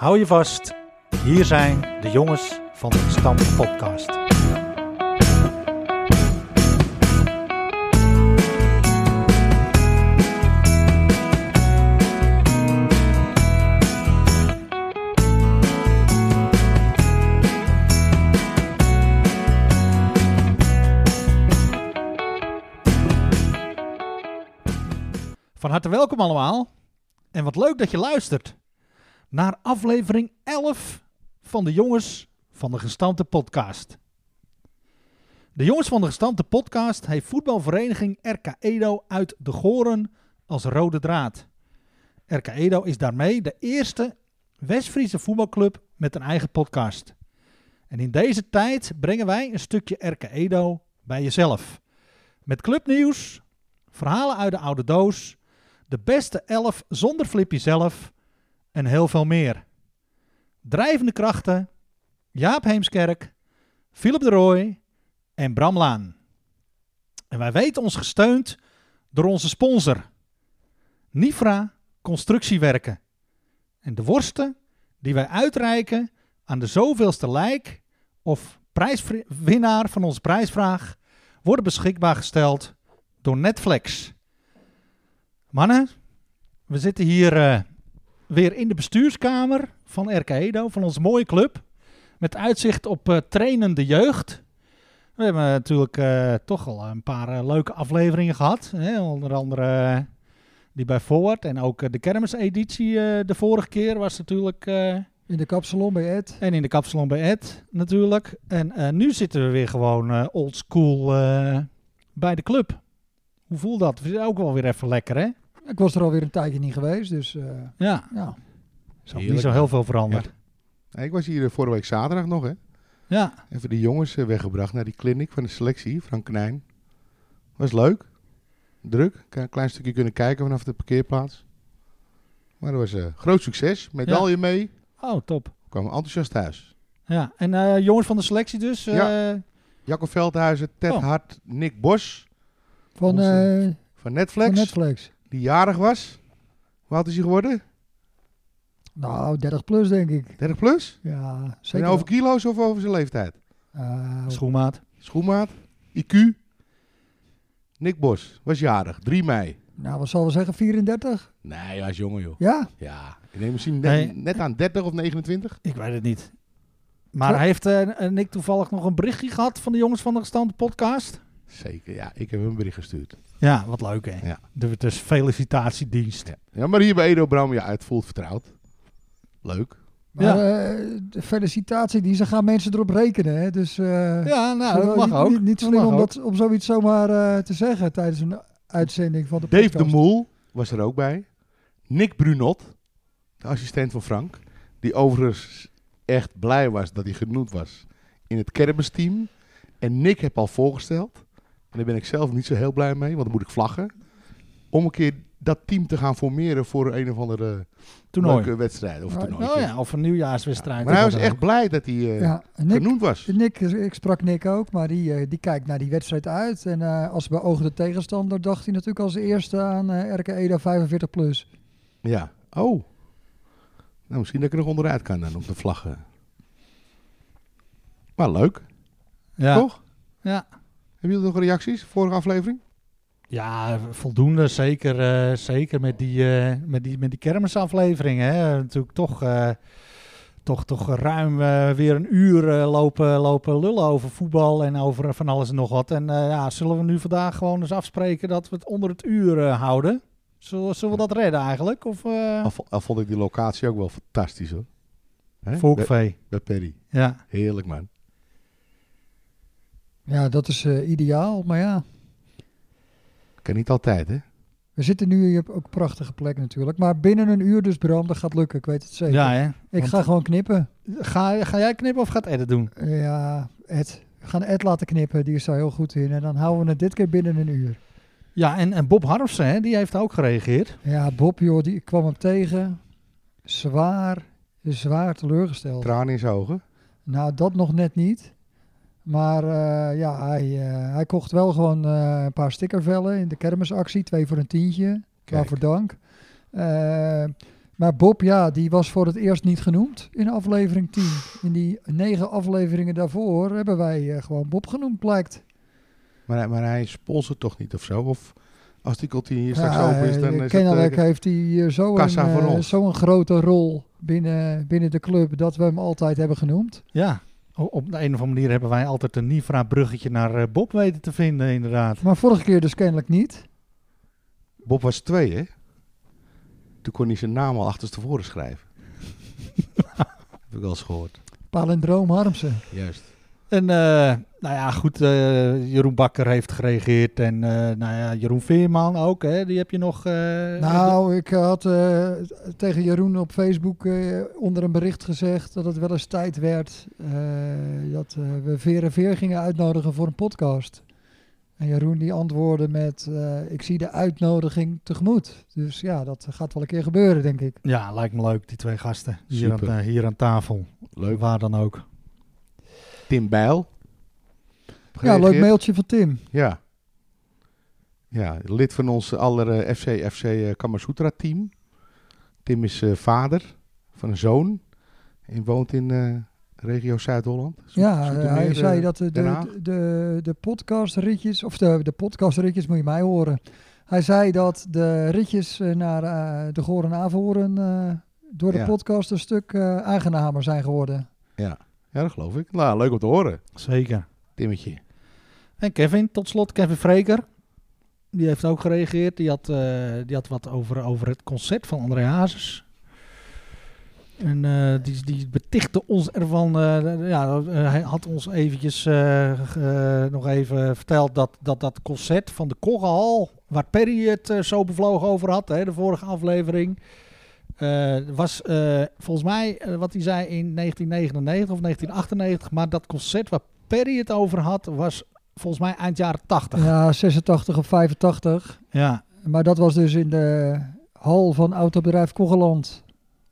Hou je vast, hier zijn de jongens van de Stam Podcast. Van harte welkom allemaal en wat leuk dat je luistert naar aflevering 11 van de Jongens van de Gestampte Podcast. De Jongens van de Gestampte Podcast heeft voetbalvereniging RK Edo uit de Goren als rode draad. RK Edo is daarmee de eerste West-Friese voetbalclub met een eigen podcast. En in deze tijd brengen wij een stukje RK Edo bij jezelf. Met clubnieuws, verhalen uit de oude doos, de beste elf zonder Flippy zelf en heel veel meer. Drijvende krachten, Jaap Heemskerk, Philip de Rooij en Bram Laan. En wij weten ons gesteund door onze sponsor, Nifra Constructiewerken. En de worsten die wij uitreiken aan de zoveelste lijk of prijswinnaar van onze prijsvraag worden beschikbaar gesteld door Netflix. Mannen, we zitten hier eh, weer in de bestuurskamer van RK Edo, van onze mooie club. Met uitzicht op eh, trainende jeugd. We hebben natuurlijk eh, toch al een paar eh, leuke afleveringen gehad. Hè? Onder andere eh, die bij Forward en ook eh, de kermiseditie eh, de vorige keer was natuurlijk... eh, In de kapsalon bij Ed. en in de kapsalon bij Ed natuurlijk. En eh, nu zitten we weer gewoon eh old school eh, bij de club. Hoe voelt dat? We zitten ook wel weer even lekker, hè? Ik was er alweer een tijdje niet geweest, dus eh, Ja, ja. is ook niet Heerlijk, zo man. heel veel veranderd. Nee, ik was hier eh, vorige week zaterdag nog, hè. Ja, Even de jongens eh, weggebracht naar die kliniek van de selectie, Frank Knijn. Was leuk. Druk. K- Een klein stukje kunnen kijken vanaf de parkeerplaats. Maar dat was een groot succes. Medaille mee. oh top. Kwamen enthousiast thuis. Ja, en eh, jongens van de selectie dus. eh, Jacco Veldhuizen, Ted Oh. Hart, Nick Bos Van, Onze eh, van Netflix, van Netflix. Die jarig was. Hoe oud is hij geworden? Nou, 30 plus denk ik. 30 plus? Ja, zeker. En wel. over kilo's of over zijn leeftijd? Eh, Schoenmaat. Schoenmaat. IQ. Nick Bos was jarig. 3 mei. nou, wat zal we zeggen, 34? Nee, hij was jonger joh. Ja, Ja, ik denk misschien net, Nee. net aan 30 of 29. Ik weet het niet. Maar Ja. heeft eh, Nick toevallig nog een berichtje gehad van de jongens van de gestande podcast? Zeker, ja. Ik heb hem een bericht gestuurd. Ja, wat leuk hè. Ja. De, dus felicitatiedienst. Ja, maar hier bij Edo Bram, ja, het voelt vertrouwd. Leuk. maar Ja. eh, de felicitatie, die ze gaan mensen erop rekenen. Hè? Dus eh, Ja, nou, zo- dat mag niet, ook. Niet, niet Dat slim mag om, ook. dat, om zoiets zomaar eh, te zeggen tijdens een uitzending van de Dave podcast. de Moel was er ook bij. Nick Brunot, de assistent van Frank. Die overigens echt blij was dat hij genoemd was in het kermisteam. En Nick heb al voorgesteld. En daar ben ik zelf niet zo heel blij mee, want dan moet ik vlaggen. Om een keer dat team te gaan formeren voor een of andere Toernooi. leuke wedstrijd of Oh, toernooitje. Oh ja, of een nieuwjaarswedstrijd. eh, Maar hij was Of- echt blij dat hij eh, Ja, en Nick, genoemd was. Nick, eh, ik sprak Nick ook, maar die, eh, die kijkt naar die wedstrijd uit. En eh, als bij ogen de tegenstander dacht hij natuurlijk als eerste aan eh RK Edo 45 plus. Ja. Oh. Nou, misschien dat ik er nog onderuit kan dan om te vlaggen. Maar leuk, Ja. toch? Ja. Hebben jullie nog reacties? Vorige aflevering? Ja, voldoende. Zeker, eh, zeker met, die, eh, met, die, met die kermisaflevering. Hè. Natuurlijk toch, eh, toch, toch ruim eh, weer een uur eh, lopen, lopen lullen over voetbal en over eh, van alles en nog wat. En eh, ja, zullen we nu vandaag gewoon eens afspreken dat we het onder het uur eh, houden? Zullen, zullen we dat redden eigenlijk? Of eh Al, vo- al vond ik die locatie ook wel fantastisch hoor. Hè? Bij, Volkvee? bij Perry. Ja. Heerlijk man. Ja, dat is eh, ideaal, maar ja. Kan niet altijd hè? We zitten nu hier op ook een prachtige plek natuurlijk. Maar binnen een uur dus, Bram, dat gaat lukken, ik weet het zeker. ja, hè? ik Want- eh, ga gewoon knippen. Eh, Ga, ga jij knippen of gaat Ed het doen? Ja, Ed. We gaan Ed laten knippen, die is daar heel goed in. En dan houden we het dit keer binnen een uur. Ja, en, en Bob Harmsen, hè, die heeft ook gereageerd. Ja, Bob, joh, die ik kwam hem tegen. Zwaar, zwaar teleurgesteld. Tranen in zijn ogen. Nou, dat nog net niet. Maar eh, ja, hij, eh, hij kocht wel gewoon eh, een paar stickervellen in de kermisactie. Twee voor een tientje. Kijk. Waarvoor dank. Eh, Maar Bob, ja, die was voor het eerst niet genoemd in aflevering 10. In die negen afleveringen daarvoor hebben wij eh, gewoon Bob genoemd, blijkt. Maar, hij- maar hij sponsort toch niet of zo? Of als die kantine hier straks Ja, open is, dan eh, is het... kennelijk eh, heeft hij eh, zo'n kassa voor ons. zo grote rol binnen, binnen de club dat we hem altijd hebben genoemd. Ja, o- op de een of andere manier hebben wij altijd een Nifra-bruggetje naar eh, Bob weten te vinden, inderdaad. Maar vorige keer dus kennelijk niet. Bob was twee, hè? Toen kon hij zijn naam al achterstevoren schrijven. Heb ik wel eens gehoord. Palindroom Harmsen. Juist. En eh, nou ja, goed, eh, Jeroen Bakker heeft gereageerd en eh, nou ja, Jeroen Veerman ook, hè, die heb je nog... eh, Nou, ik had eh, tegen Jeroen op Facebook eh, onder een bericht gezegd dat het wel eens tijd werd eh, dat eh, we Veer en Veer gingen uitnodigen voor een podcast. En Jeroen die antwoordde met, eh, ik zie de uitnodiging tegemoet. Dus ja, dat gaat wel een keer gebeuren, denk ik. Ja, lijkt me leuk, die twee gasten hier aan, Super. eh, hier aan tafel. Leuk. Waar dan ook. Tim Bijl. Ja, leuk Gereageerd. mailtje van Tim. Ja. Ja, lid van ons aller eh, FC, FC eh, Kamasutra team. Tim is eh, vader van een zoon. En woont in eh, regio Zuid-Holland. Zo- Ja, Zoetermeer, hij eh, zei dat de, Den de, Haag. de, de podcastritjes, of de, de podcastritjes moet je mij horen. Hij zei dat de ritjes eh, naar eh, de Goren Avoren eh, door de Ja. podcast een stuk eh, aangenamer zijn geworden. Ja, dat geloof ik. Nou, leuk om te horen, Zeker. Timmetje. En Kevin, tot slot, Kevin Freker. Die heeft ook gereageerd. Die had, eh, die had wat over, over het concert van André Hazes. En eh, die, die betichtte ons ervan. eh, ja, eh, hij had ons eventjes eh, ge- nog even verteld dat dat, dat concert van de Koggenhal, waar Perry het eh, zo bevlogen over had, hè, de vorige aflevering. eh, was eh, volgens mij eh, wat hij zei in 1999 of 1998. Maar dat concert waar Perry het over had, was volgens mij eind jaren 80. Ja. Ja, 86 of 85. Maar dat was dus in de hal van autobedrijf Kogeland.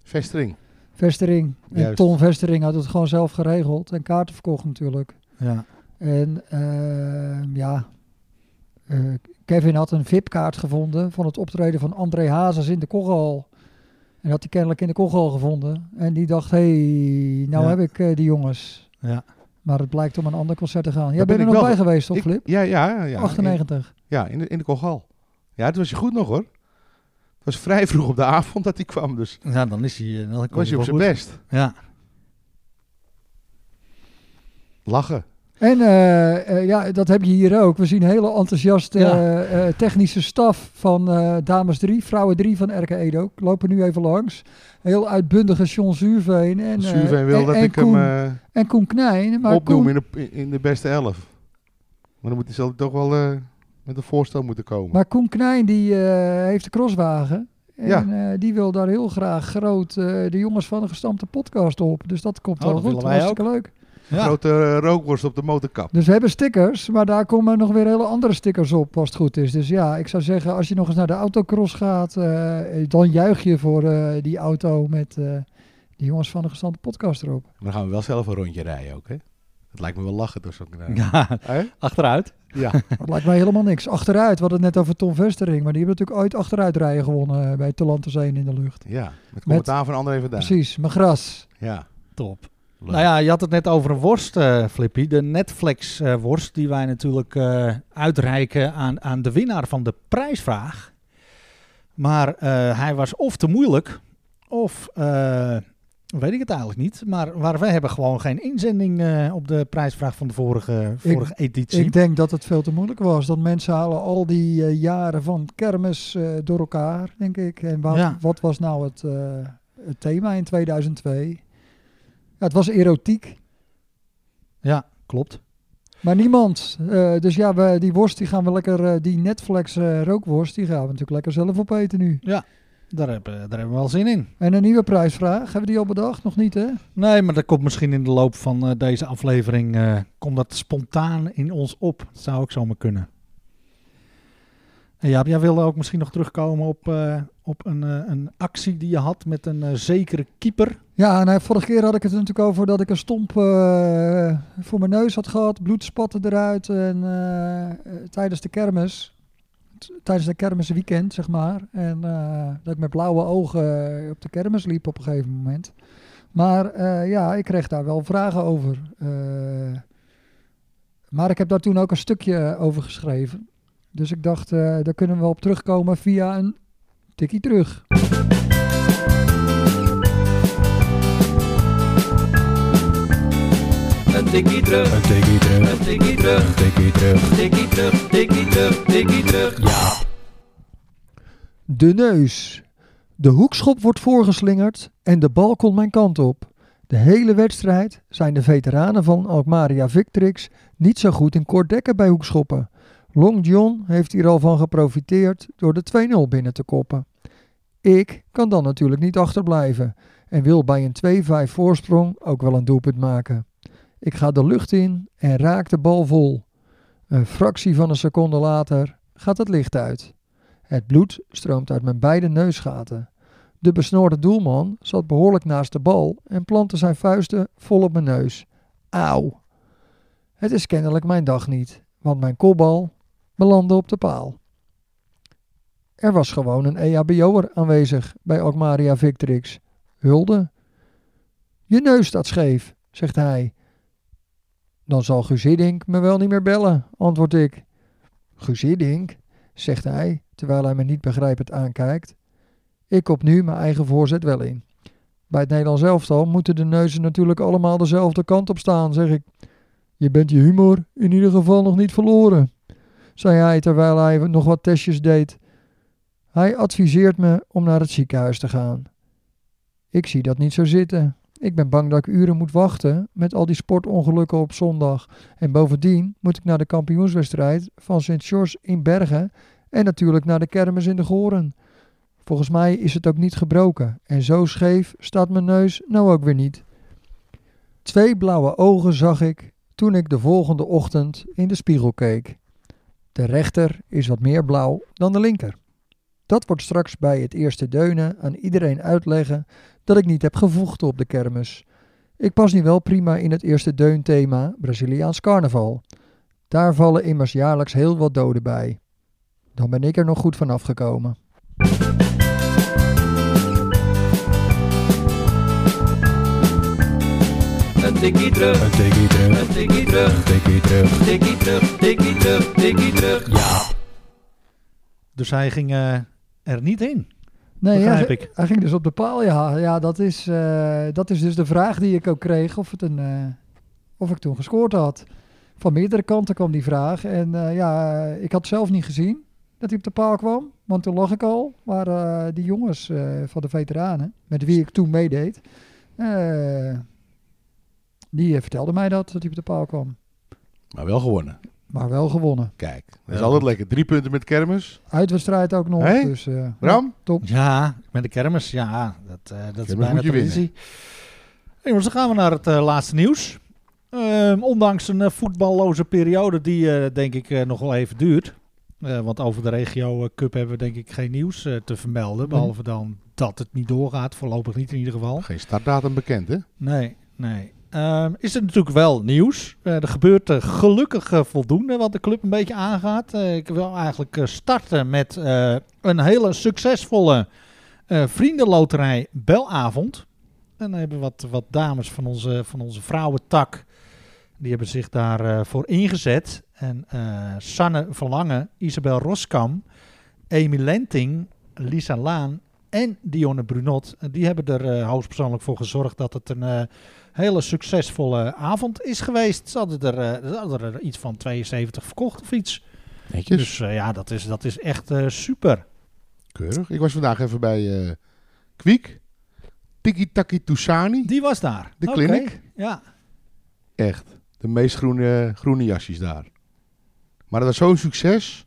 Vestering. Vestering. En Juist. Tom Vestering had het gewoon zelf geregeld en kaarten verkocht natuurlijk. ja. En ehm, ja, eh, Kevin had een VIP-kaart gevonden van het optreden van André Hazes in de Kogel. En had die kennelijk in de Kogel gevonden. En die dacht, hé, hey, nou Ja. heb ik eh, die jongens. Ja. Maar het blijkt om een ander concert te gaan. Jij Daar bent ben er ik nog wel- bij geweest, toch, Ik- Flip? Ja, ja, ja. In, 98. ja, in de, in de Kogal. Ja, het was je goed nog, hoor. Het was vrij vroeg op de avond dat hij kwam, dus ja, dan is hij. eh, Dan was je op zijn bed. best. Ja. Lachen. En eh, eh, ja, dat heb je hier ook. We zien hele enthousiaste Ja. eh, eh, technische staf van eh, Dames 3, Vrouwen 3 van Erke Edo. Lopen nu even langs. Heel uitbundige John Zuurveen. En, eh, Zuurveen wil en- dat en ik hem Koen, eh en Koen Knijn. Maar opnoem Koen, in de, in de beste elf. Maar dan moet hij zelf toch wel eh, met een voorstel moeten komen. maar Koen Knijn die, eh, heeft de crosswagen. En Ja. eh, die wil daar heel graag groot eh, de jongens van de gestampte podcast op. Dus dat Oh, komt wel dat goed. willen wij Hartstikke leuk. Ja. Grote eh, rookworst op de motorkap. Dus we hebben stickers, maar daar komen nog weer hele andere stickers op als het goed is. Dus ja, ik zou zeggen, als je nog eens naar de autocross gaat, eh, dan juich je voor eh, die auto met eh die jongens van de gestande podcast erop. Maar dan gaan we wel zelf een rondje rijden ook, hè? Het lijkt me wel lachen door zo'n kanaal. Ja, Hè? achteruit. Ja. Dat lijkt mij helemaal niks. Achteruit, we hadden het net over Tom Vestering, maar die hebben natuurlijk ooit achteruitrijden gewonnen eh, bij Talantus 1 in de lucht. ja, met commentaar van André vandaan. Precies, mijn gras. Ja. Top. Leuk. Nou ja, je had het net over een worst, eh, Flippy. De Netflix-worst die wij natuurlijk eh, uitreiken aan, aan de winnaar van de prijsvraag. Maar eh, hij was of te moeilijk, of eh, weet ik het eigenlijk niet. Maar, maar wij hebben gewoon geen inzending eh, op de prijsvraag van de vorige, vorige editie. Ik denk dat het veel te moeilijk was. Dat mensen halen al die eh, jaren van kermis eh, door elkaar, denk ik. En wat, Ja. wat was nou het, eh, het thema in 2002? Ja, het was erotiek, Ja, klopt. maar niemand. Eh, dus ja, we, die worst die gaan we lekker, eh, die Netflix eh, rookworst, die gaan we natuurlijk lekker zelf opeten nu. Daar hebben, daar hebben we wel zin in. En een nieuwe prijsvraag, hebben we die al bedacht? Nog niet, hè? Nee, maar dat komt misschien in de loop van eh, deze aflevering. eh, komt dat spontaan in ons op. Dat zou ook zomaar kunnen. En Jaap, jij wilde ook misschien nog terugkomen op, eh, op een, eh, een actie die je had met een eh, zekere keeper. Ja, nou, vorige keer had ik het er natuurlijk over dat ik een stomp eh, voor mijn neus had gehad. Bloed spatte eruit en, eh, eh, tijdens de kermis. t- tijdens de kermisweekend, zeg maar. En eh, dat ik met blauwe ogen op de kermis liep op een gegeven moment. Maar eh, ja, ik kreeg daar wel vragen over. Eh, maar ik heb daar toen ook een stukje over geschreven. Dus ik dacht, eh, daar kunnen we op terugkomen via een tikkie terug. Een tikkie terug, Een tikkie terug, een tikkie terug, een tikkie terug. tikkie terug, tikkie terug, tikkie terug. Ja. De neus. De hoekschop wordt voorgeslingerd en de bal komt mijn kant op. De hele wedstrijd zijn de veteranen van Alkmaria Victrix niet zo goed in kort dekken bij hoekschoppen. Long John heeft hier al van geprofiteerd door de 2-0 binnen te koppen. Ik kan dan natuurlijk niet achterblijven en wil bij een 2-5 voorsprong ook wel een doelpunt maken. Ik ga de lucht in en raak de bal vol. Een fractie van een seconde later gaat het licht uit. Het bloed stroomt uit mijn beide neusgaten. De besnoorde doelman zat behoorlijk naast de bal en plantte zijn vuisten vol op mijn neus. Auw. Het is kennelijk mijn dag niet, want mijn kopbal belandde op de paal. Er was gewoon een E EHBO'er aanwezig bij Alkmaria Victrix. Hulde. Je neus staat scheef, zegt hij. Dan zal Guus Hiddink me wel niet meer bellen, antwoord ik. Guus Hiddink? zegt hij, terwijl hij me niet begrijpend aankijkt. Ik kop nu mijn eigen voorzet wel in. Bij het Nederlands elftal moeten de neuzen natuurlijk allemaal dezelfde kant op staan, zeg ik. Je bent je humor in ieder geval nog niet verloren, zei hij terwijl hij nog wat testjes deed. Hij adviseert me om naar het ziekenhuis te gaan. Ik zie dat niet zo zitten. Ik ben bang dat ik uren moet wachten met al die sportongelukken op zondag. En bovendien moet ik naar de kampioenswedstrijd van Sint-George in Bergen en natuurlijk naar de kermis in de Goren. Volgens mij is het ook niet gebroken en zo scheef staat mijn neus nou ook weer niet. Twee blauwe ogen zag ik toen ik de volgende ochtend in de spiegel keek. De rechter is wat meer blauw dan de linker. Dat wordt straks bij het eerste deunen aan iedereen uitleggen dat ik niet heb gevochten op de kermis. Ik pas nu wel prima in het eerste deunthema Braziliaans carnaval. Daar vallen immers jaarlijks heel wat doden bij. Dan ben ik er nog goed van afgekomen. Een tikkie terug, Een tikkie terug, een tikkie terug, een tikkie terug. tikkie terug, tikkie terug, tikkie terug. Ja. Dus hij ging eh, er niet in, Nee, begrijp hij, ik. hij ging dus op de paal. Ja, ja dat, is, eh, dat is dus de vraag die ik ook kreeg. Of, het een, eh, of ik toen gescoord had. Van meerdere kanten kwam die vraag. En eh, ja, ik had zelf niet gezien dat hij op de paal kwam. Want toen lag ik al. Maar eh, die jongens eh, van de veteranen, met wie ik toen meedeed. eh, die eh, vertelden mij dat, dat hij op de paal kwam. Maar wel gewonnen. Maar wel gewonnen. Kijk, dat is Ja. altijd lekker. Drie punten met kermis. Uitwedstrijd ook nog. Hey, Dus, eh, Bram? Top. Ja, met de kermis. Ja, dat, eh, dat is Kermis bijna moet je traditie. Hey, jongens, dan gaan we naar het eh, laatste nieuws. Ehm, ondanks een eh, voetballoze periode die eh, denk ik eh, nog wel even duurt. Eh, want over de regio eh, Cup hebben we denk ik geen nieuws eh, te vermelden. Behalve dan dat het niet doorgaat. Voorlopig niet in ieder geval. Geen startdatum bekend, hè? Nee, nee. Ehm, is er natuurlijk wel nieuws. Eh, er gebeurt eh, gelukkig eh, voldoende wat de club een beetje aangaat. Eh, ik wil eigenlijk eh, starten met eh, een hele succesvolle eh, vriendenloterij Belavond. En dan hebben wat, wat dames van onze, van onze vrouwentak, die hebben zich daarvoor voor ingezet. En eh, Sanne Verlangen, Isabel Roskam, Amy Lenting, Lisa Laan en Dionne Brunot. En Die hebben er eh, hoogstpersoonlijk voor gezorgd dat het een eh, hele succesvolle eh, avond is geweest. Ze hadden er, eh, ze hadden er iets van 72 verkocht of iets. Netjes. Dus, eh, ja, dat is, dat is echt eh, super. Keurig. Ik was vandaag even bij eh Kwiek. Tiki Taki Toussani. Die was daar. De Oké, clinic? Ja. Echt. De meest groene, groene jasjes daar. Maar dat was zo'n succes.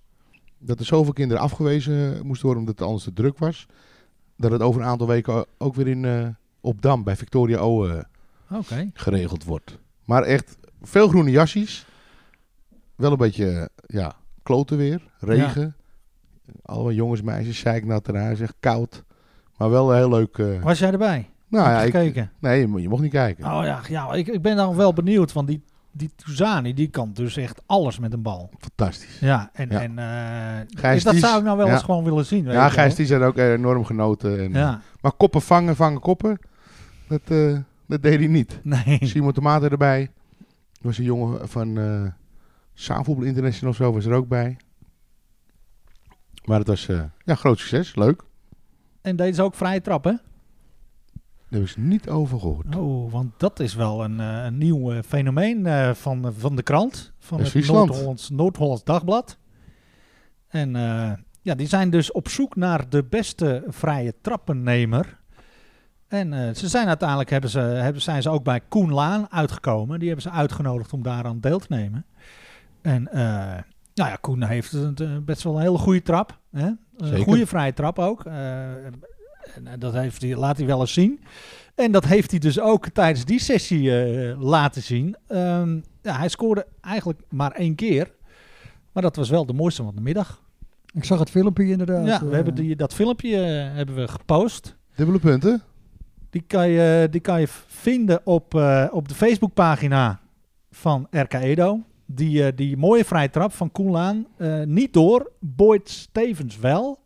Dat er zoveel kinderen afgewezen moesten worden omdat het anders te druk was. Dat het over een aantal weken ook weer in eh Opdam bij Victoria Owe Oké. geregeld wordt. Maar echt veel groene jasjes. Wel een beetje eh, ja, kloten weer. Regen. Allemaal jongens, meisjes, zeiknat eraan. Echt koud. Maar wel een heel leuk... eh, Was jij erbij? nou Heb ja, je ik, gekeken? Ah. nee, je mo- je mocht niet kijken. Oh ja, ja ik, ik ben dan wel benieuwd. Want die, die Touzani, die kan dus echt alles met een bal. Fantastisch. Ja, en, Ja. en eh, Gijs dat Dies. zou ik nou wel eens Ja. gewoon willen zien. Weet Ja, je wel. Gijs, die zijn ook enorm genoten. En, Ja, Maar koppen vangen, vangen koppen, dat, eh, dat deed hij niet. nee. Simon Tomaten erbij. Er was een jongen van eh Zaanvoetbal International of zo, was er ook bij. Maar het was eh, ja, groot succes, leuk. En deze ook vrije trap, hè? Daar heb ik niet over gehoord. Oh, want dat is wel een, eh, een nieuw eh, fenomeen eh, van, van de krant. Van In het Friesland. Noord-Hollands Noord-Hollands Dagblad. En eh, ja, die zijn dus op zoek naar de beste vrije trappennemer. En eh, ze zijn uiteindelijk, hebben ze, hebben, zijn ze ook bij Koen Laan uitgekomen. Die hebben ze uitgenodigd om daaraan deel te nemen. En eh, nou ja, Koen heeft een- een- best wel een hele goede trap. Hè? Een Zeker. goede vrije trap ook. Eh, en dat heeft hij, laat hij wel eens zien. En dat heeft hij dus ook tijdens die sessie eh, laten zien. Ehm, ja, hij scoorde eigenlijk maar één keer. Maar dat was wel de mooiste van de middag. Ik zag het filmpje inderdaad. ja, we eh, hebben die, dat filmpje eh, hebben we gepost. Dubbele punten. Die kan je, die kan je vinden op, eh, op de Facebookpagina van RK Edo. Die, eh, die mooie vrije trap van Koen Laan. eh, niet door. Boyd Stevens wel.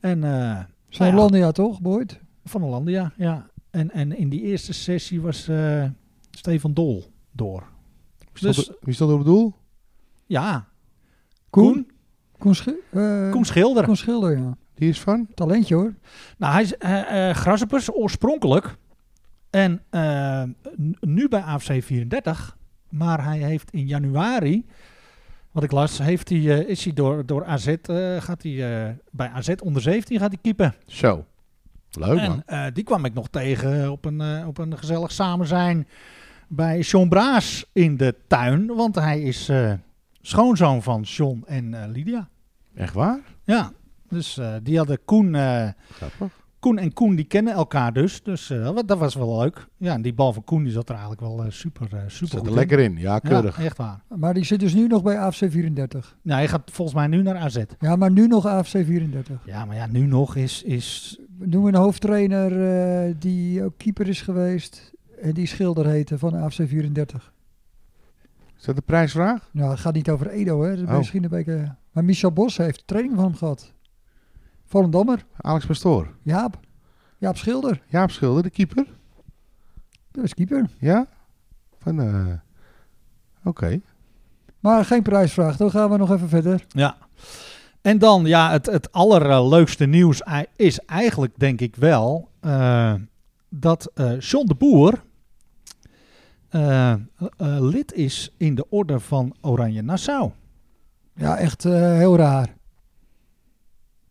En eh, Zijn nou ja, Landia toch, Boyd? Van Hollandia, ja. En, en in die eerste sessie was eh, Stefan Dol door. Wie stond, Dus- er- wie stond er op het doel? Ja, Koen? Koen, Koen, Schi- eh, Koen Schilder. Koen Schilder, ja. Die is van? Talentje hoor. Nou, hij is eh eh, Grasshoppers oorspronkelijk. En eh, n- nu bij AFC 34. Maar hij heeft in januari, wat ik las, heeft hij, eh, is hij door, door AZ, eh, gaat hij, eh, bij AZ onder 17 gaat hij keeper. Zo. Leuk Oh, man. En eh, die kwam ik nog tegen op een, eh, op een gezellig samen zijn bij John Braas in de tuin. Want hij is eh, schoonzoon van John en eh, Lydia. Echt waar? Ja, dus eh, die hadden Koen, eh, Grappig. Koen en Koen die kennen elkaar dus. Dus eh, wat- dat was wel leuk. Ja, en die bal van Koen die zat er eigenlijk wel eh, super, eh, super Zit goed er in. lekker in. Ja, keurig. Ja, echt waar. Maar die zit dus nu nog bij AFC 34. Nou, hij gaat volgens mij nu naar AZ. Ja, maar nu nog AFC 34. Ja, maar ja, nu nog is... is Doen we een hoofdtrainer eh, die ook keeper is geweest. En die Schilder heette van AFC 34. Is dat de prijsvraag? Nou, het gaat niet over Edo, hè. Dat is Oh. Misschien een beetje... Maar Michel Bos heeft training van hem gehad. Volendammer, Alex Pastoor. Jaap. Jaap Schilder, Jaap Schilder, de keeper. dat is keeper. Ja? Van, eh, Oké. Maar geen prijsvraag, dan gaan we nog even verder. ja. En dan, ja, het, het allerleukste nieuws ei- is eigenlijk, denk ik wel, eh, dat eh John de Boer eh, eh, lid is in de orde van Oranje Nassau. Ja, echt eh, heel raar.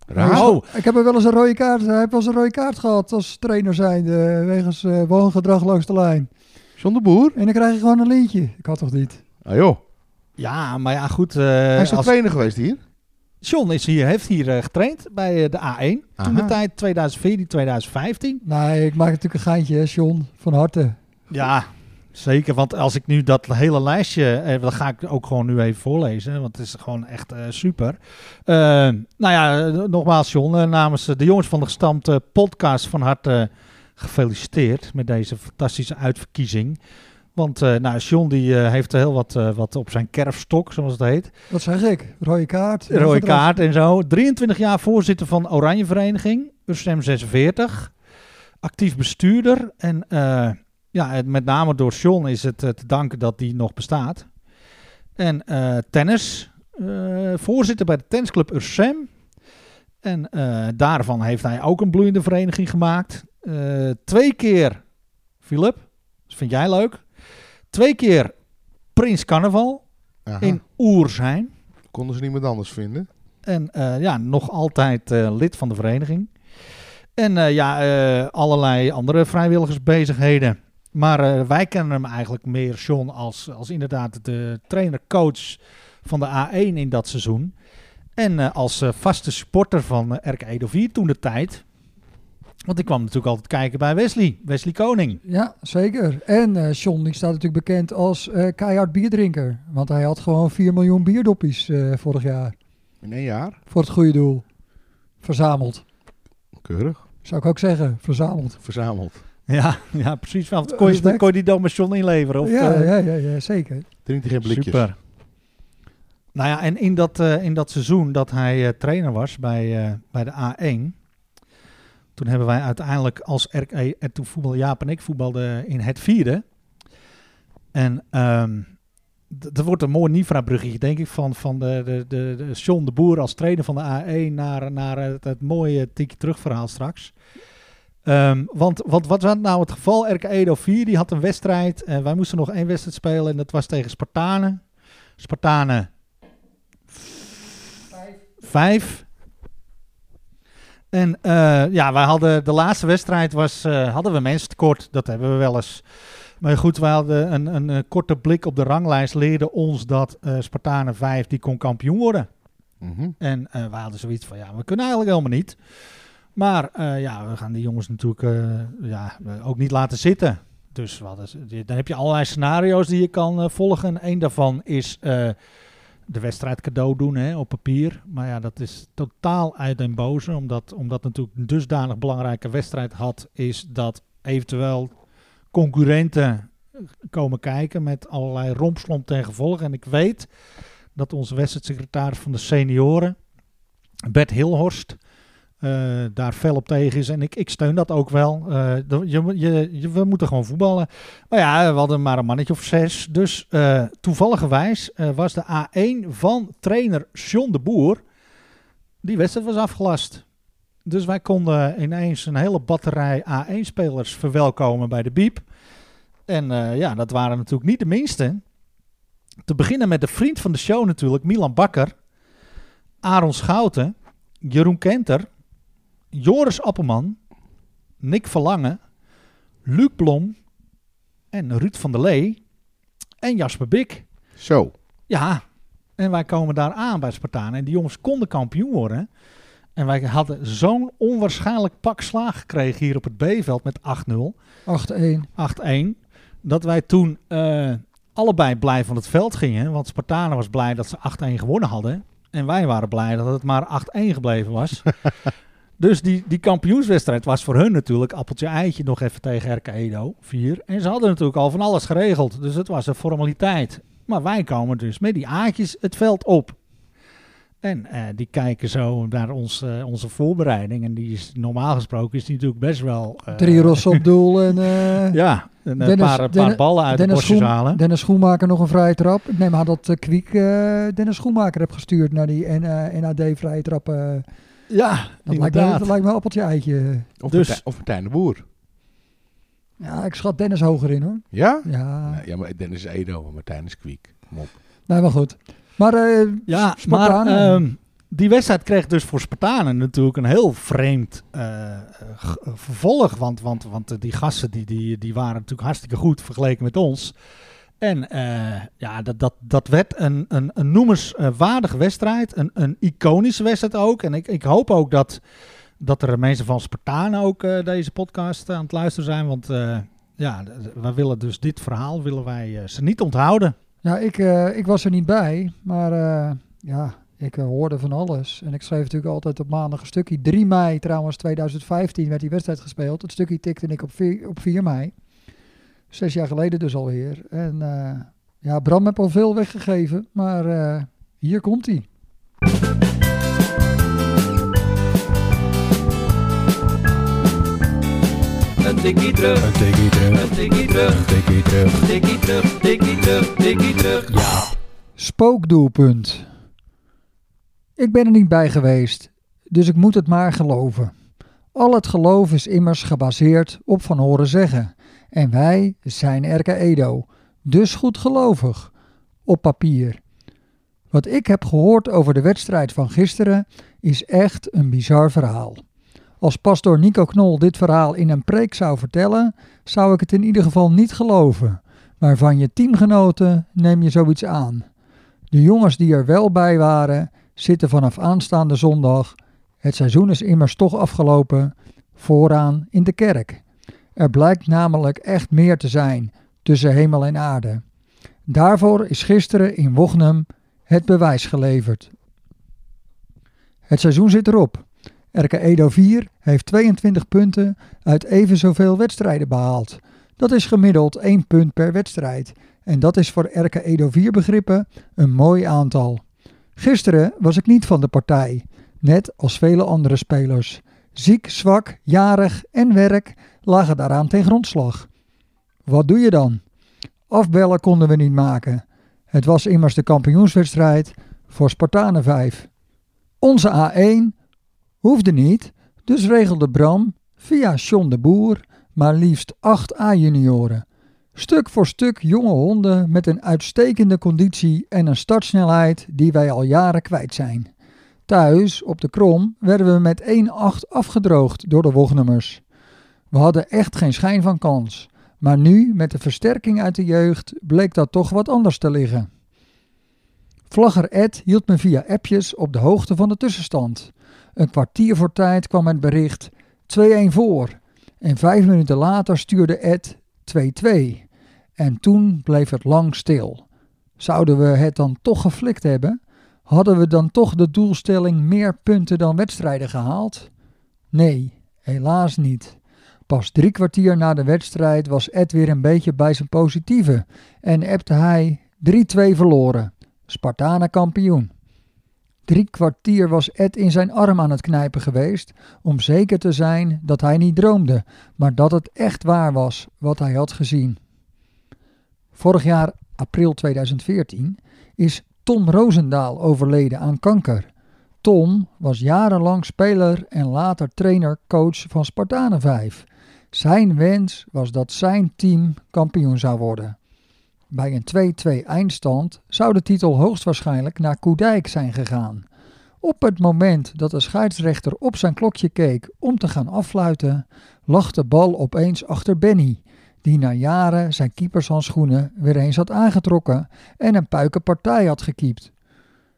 Raar. Oh. Ik heb er wel eens een rode kaart, hij heeft wel eens een rode kaart gehad als trainer zijnde. Wegens eh, woongedrag langs de lijn. John de Boer. En dan krijg je gewoon een lintje. Ik had toch niet? Ah joh. Ja, maar ja, goed. eh, Hij is toch als- trainer geweest hier? John is hier, heeft hier eh, getraind bij eh, de A1. Aha. Toen de tijd 2014, 2015. Nee, ik maak natuurlijk een geintje, hè, John. Van harte. Ja, zeker. Want als ik nu dat hele lijstje. eh, dat ga ik ook gewoon nu even voorlezen. hè, Want het is gewoon echt eh, super. Eh, nou ja, eh, nogmaals, John. eh, namens eh, de jongens van de gestampte podcast van harte gefeliciteerd met deze fantastische uitverkiezing. Want eh, nou, John die eh, heeft heel wat, eh, wat op zijn kerfstok, zoals het heet. Dat zeg ik. Rode kaart. Rode kaart en zo. 23 jaar voorzitter van Oranje Vereniging, Urstem 46. Actief bestuurder. En eh, ja, het- met name door Sean is het eh, te danken dat die nog bestaat. En eh, tennis. eh, voorzitter bij de tennisclub Ursem. En eh, daarvan heeft hij ook een bloeiende vereniging gemaakt. Eh, twee keer, Philip, dat vind jij leuk. Twee keer Prins Carnaval Aha. in Oerzijn. Konden ze niemand anders vinden? En eh, ja, nog altijd eh, lid van de vereniging. En eh, ja, eh, allerlei andere vrijwilligersbezigheden. Maar eh, wij kennen hem eigenlijk meer, John, als, als inderdaad de trainer-coach van de A1 in dat seizoen. En eh, als eh, vaste supporter van eh, RK Edo 4 toen de tijd. Want ik kwam natuurlijk altijd kijken bij Wesley, Wesley Koning. Ja, zeker. En eh John die staat natuurlijk bekend als eh keihard bierdrinker. Want hij had gewoon 4 miljoen bierdoppies eh, vorig jaar. In één jaar. Voor het goede doel. Verzameld. Keurig. Zou ik ook zeggen. Verzameld. Verzameld. Ja, ja precies. Want kon je, Respect. kon je die donation inleveren? Of, ja, eh, ja, ja, ja, zeker. Drinkt hij geen blikjes? Super. Nou ja, en in dat, eh, in dat seizoen dat hij eh, trainer was bij, eh, bij de A1... Toen hebben wij uiteindelijk als RKE... En toen voetbalde Jaap en ik voetbalden in het vierde. En ehm d- er wordt een mooi Nifra-bruggetje, denk ik, van, van de, de, de, de John de Boer als trainer van de A1 naar, naar het, het mooie tikje terugverhaal straks. Ehm, want, want wat was nou het geval? RK Edo 4 die had een wedstrijd. en wij moesten nog één wedstrijd spelen en dat was tegen Spartanen. Spartanen 5. En eh, ja, wij hadden de laatste wedstrijd was, eh, hadden we mensen tekort. Dat hebben we wel eens. Maar goed, we hadden een, een, eh, korte blik op de ranglijst. Leerde ons dat eh, Spartanen 5 die kon kampioen worden. Mhm. En eh, we hadden zoiets van, ja, we kunnen eigenlijk helemaal niet. Maar eh, ja, we gaan die jongens natuurlijk eh, ja, eh, ook niet laten zitten. Dus we hadden, z- dan heb je allerlei scenario's die je kan eh, volgen. Eén daarvan is eh, de wedstrijd cadeau doen hè, op papier. Maar ja, dat is totaal uit den boze. Omdat, omdat natuurlijk een dusdanig belangrijke wedstrijd had... is dat eventueel concurrenten eh, komen kijken... met allerlei rompslomp ten gevolge. En ik weet dat onze wedstrijdsecretaris van de senioren, Bert Hilhorst, eh, daar fel op tegen is. En ik, ik steun dat ook wel. Eh, dat- je, moet- je, je- we moeten gewoon voetballen. Maar ja, we hadden maar een mannetje of zes. Dus eh toevalligerwijs eh, was de A1 van trainer John de Boer, die wedstrijd was afgelast. Dus wij konden ineens een hele batterij A1-spelers verwelkomen bij de Biep. En eh, ja, dat waren natuurlijk niet de minste. Te beginnen met de vriend van de show natuurlijk, Milan Bakker. Aaron Schouten. Jeroen Kenter. Joris Appelman. Nick Verlangen. Luc Blom. En Ruud van der Lee. En Jasper Bik. Zo. Ja, en wij komen daar aan bij Spartanen. En die jongens konden kampioen worden. En wij hadden zo'n onwaarschijnlijk pak slaag gekregen hier op het B-veld met 8-0. 8-1. 8-1. Dat wij toen eh, allebei blij van het veld gingen. Want Spartanen was blij dat ze 8-1 gewonnen hadden. En wij waren blij dat het maar 8-1 gebleven was. dus die, die kampioenswedstrijd was voor hun natuurlijk appeltje eitje nog even tegen RK Edo 4. En ze hadden natuurlijk al van alles geregeld. Dus het was een formaliteit. Maar wij komen dus met die aatjes het veld op. En eh, die kijken zo naar ons, eh, onze voorbereiding. En die is normaal gesproken is die natuurlijk best wel... eh, Drie rossen op doel en eh, ja, en een Dennis- paar, een paar Dennis- ballen uit Dennis de bosjes Groen- halen. Dennis Schoenmaker nog een vrije trap. Ik neem aan dat eh, Kwiek eh, Dennis Schoenmaker heb gestuurd naar die NAD-vrije trap. eh. ja, dat, lijkt me, inderdaad. dat lijkt me een appeltje-eitje. Of, Dus- Martijn, of Martijn de Boer. Ja, ik schat Dennis hoger in hoor. Ja? Ja, Nee, ja, maar Dennis is Edo, maar Martijn is Kwiek. Mop. nee, maar goed. Maar eh, Ja, maar Spartanen. ehm, die wedstrijd kreeg dus voor Spartanen natuurlijk een heel vreemd eh, g- vervolg. Want, want, want eh, die gasten die, die, die waren natuurlijk hartstikke goed vergeleken met ons. En eh, ja, dat, dat, dat werd een, een, een noemenswaardige wedstrijd. Een, een iconische wedstrijd ook. En ik, ik hoop ook dat, dat er mensen van Spartanen ook eh, deze podcast aan het luisteren zijn. Want eh, ja, d- d- wij willen dus dit verhaal willen wij eh, ze niet onthouden. ja, ik, eh, ik was er niet bij. Maar eh, ja, ik eh, hoorde van alles. En ik schreef natuurlijk altijd op maandag een stukje. 3 mei trouwens 2015 werd die wedstrijd gespeeld. Het stukje tikte ik op 4, op 4 mei. Zes jaar geleden dus alweer. En eh, ja, Bram heb al veel weggegeven. Maar eh, hier komt hij. Een tikkie terug, Een tikkie terug. een tikkie terug, Een tikkie terug. tikkie terug, tikkie terug, tikkie terug. Spookdoelpunt. Ik ben er niet bij geweest, dus ik moet het maar geloven. Al het geloof is immers gebaseerd op van horen zeggen. En wij zijn RK Edo, dus goed gelovig. Op papier. Wat ik heb gehoord over de wedstrijd van gisteren is echt een bizar verhaal. Als pastoor Nico Knol dit verhaal in een preek zou vertellen, zou ik het in ieder geval niet geloven. Maar van je teamgenoten neem je zoiets aan. De jongens die er wel bij waren, zitten vanaf aanstaande zondag. Het seizoen is immers toch afgelopen, vooraan in de kerk. Er blijkt namelijk echt meer te zijn tussen hemel en aarde. Daarvoor is gisteren in Wochnum het bewijs geleverd. Het seizoen zit erop RK Edo 4 heeft 22 punten uit even zoveel wedstrijden behaald. Dat is gemiddeld 1 punt per wedstrijd. En dat is voor RK Edo 4 begrippen een mooi aantal. Gisteren was ik niet van de partij, net als vele andere spelers. Ziek, zwak, jarig en werk lagen daaraan ten grondslag. Wat doe je dan? Afbellen konden we niet maken. Het was immers de kampioenswedstrijd voor Spartanen 5. Onze A1 hoefde niet, dus regelde Bram via John de Boer maar liefst 8 A-junioren. Stuk voor stuk jonge honden met een uitstekende conditie en een startsnelheid die wij al jaren kwijt zijn. Thuis, op de Krom, werden we met 1-8 afgedroogd door de Wognummers. We hadden echt geen schijn van kans. Maar nu, met de versterking uit de jeugd, bleek dat toch wat anders te liggen. Vlagger Ed hield me via appjes op de hoogte van de tussenstand. Een kwartier voor tijd kwam het bericht 2-1 voor. En vijf minuten later stuurde Ed 2-2. En toen bleef het lang stil. Zouden we het dan toch geflikt hebben? Hadden we dan toch de doelstelling meer punten dan wedstrijden gehaald? Nee, helaas niet. Pas drie kwartier na de wedstrijd was Ed weer een beetje bij zijn positieve en appte hij 3-2 verloren. Spartanen kampioen. Drie kwartier was Ed in zijn arm aan het knijpen geweest om zeker te zijn dat hij niet droomde, maar dat het echt waar was wat hij had gezien. Vorig jaar, april 2014, is Tom Roosendaal overleden aan kanker. Tom was jarenlang speler en later trainer-coach van Spartanen 5. Zijn wens was dat zijn team kampioen zou worden. Bij een 2-2 eindstand zou de titel hoogstwaarschijnlijk naar Koedijk zijn gegaan. Op het moment dat de scheidsrechter op zijn klokje keek om te gaan affluiten, lag de bal opeens achter Benny, die na jaren zijn keepershandschoenen weer eens had aangetrokken en een puikenpartij had gekiept.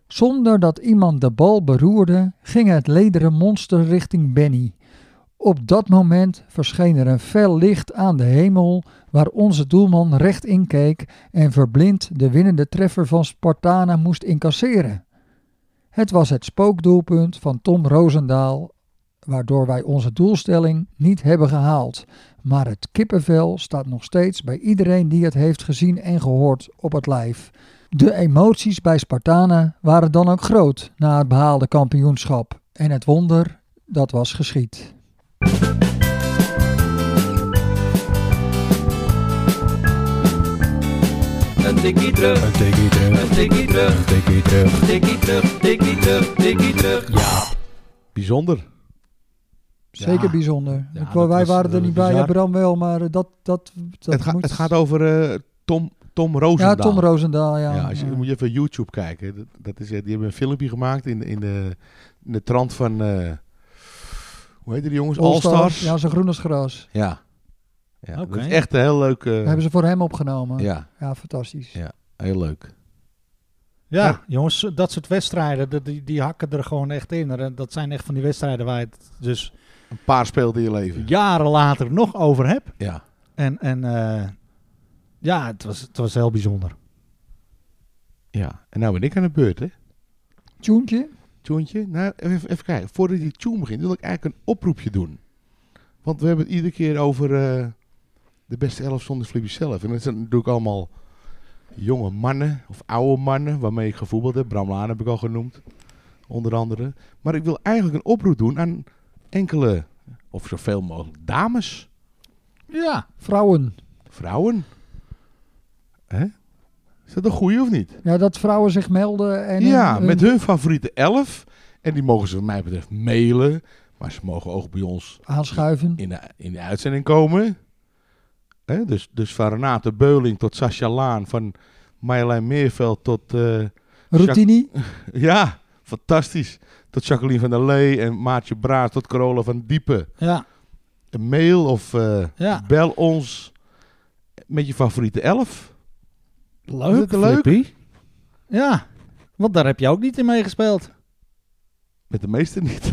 Zonder dat iemand de bal beroerde, ging het lederen monster richting Benny. Op dat moment verscheen er een fel licht aan de hemel, waar onze doelman recht in keek en verblind de winnende treffer van Spartana moest incasseren. Het was het spookdoelpunt van Tom Roosendaal, waardoor wij onze doelstelling niet hebben gehaald. Maar het kippenvel staat nog steeds bij iedereen die het heeft gezien en gehoord op het lijf. De emoties bij Spartanen waren dan ook groot na het behaalde kampioenschap. En het wonder, dat was geschied. een tikkie terug, Een tikkie terug. een tikkie terug, Een tikkie terug. tikkie terug, tikkie terug, tikkie terug. Bijzonder. Zeker Ja. bijzonder. Ja, Ik wou- dat wij was, waren er eh, niet bij, ja, bizar. Bram wel, maar eh, dat, dat, dat het, ga- moet- dus- het gaat over eh, Tom, Tom Roosendaal. Ja, Tom Roosendaal, ja. Ja, als je, Ja. moet je even YouTube kijken. Dat, dat is, eh, die hebben een filmpje gemaakt in, de- in, de, in de trant van... eh, hoe heet die jongens? All All-Stars. Stars. Ja, zo groen als gras. Ja. Ja, Oké. Dat is echt een heel leuk. eh, Dat hebben ze voor hem opgenomen. Ja, Ja, fantastisch. Ja. heel leuk. Ja, Ja. jongens, dat soort wedstrijden, dat- die, die hakken er gewoon echt in. Er- Dat zijn echt van die wedstrijden waar je het dus Een paar speelden in je leven. jaren later nog over hebt. Ja. En, en eh, ja, het was, het was heel bijzonder. ja. En nou ben ik aan de beurt, hè? Tjoentje? Tjoontje. Nou, even, even kijken. Voordat die tune begint, wil ik eigenlijk een oproepje doen. Want we hebben het iedere keer over eh, de beste elf zonder Flippy zelf. En dat zijn natuurlijk allemaal jonge mannen of oude mannen waarmee ik gevoetbald heb. Bram Laan heb ik al genoemd, onder andere. Maar ik wil eigenlijk een oproep doen aan enkele, of zoveel mogelijk, dames. Ja, Vrouwen. Vrouwen? Hè? Is dat een goeie of niet? Ja, dat vrouwen zich melden en... eh, ja, hun- met hun favoriete elf. En die mogen ze wat mij betreft mailen. Maar ze mogen ook bij ons Aanschuiven. in de, in de uitzending komen. Hè? Dus, dus van Renate Beuling tot Sascha Laan. Van Marjolein Meerveld tot... eh, Routini. ja, fantastisch. Tot Jacqueline van der Lee en Maartje Braas tot Carola van Diepen. ja, Een mail of eh, ja. bel ons met je favoriete elf. Is Leuk, het leuk? Flippy. Ja, want daar heb je ook niet in meegespeeld. Met de meeste niet.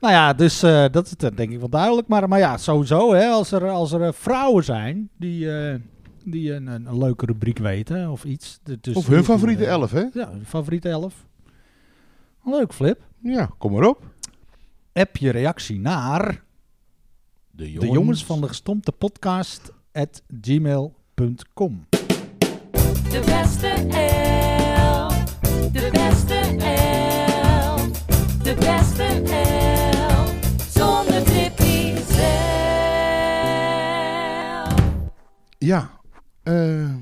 Nou ja, dus eh, dat is eh, denk ik wel duidelijk. Maar, maar ja, sowieso, hè, als er, als er eh, vrouwen zijn die, eh, die een, een, een leuke rubriek weten of iets. d- Dus Of hun favoriete elf, hè? Ja, hun favoriete elf. Leuk, Flip. Ja, kom maar op. App je reactie naar De de jongens van de gestompte podcast at gmail.com. De beste elf. De beste elf. De beste elf. Zonder Tippy zelf. Ja. eh,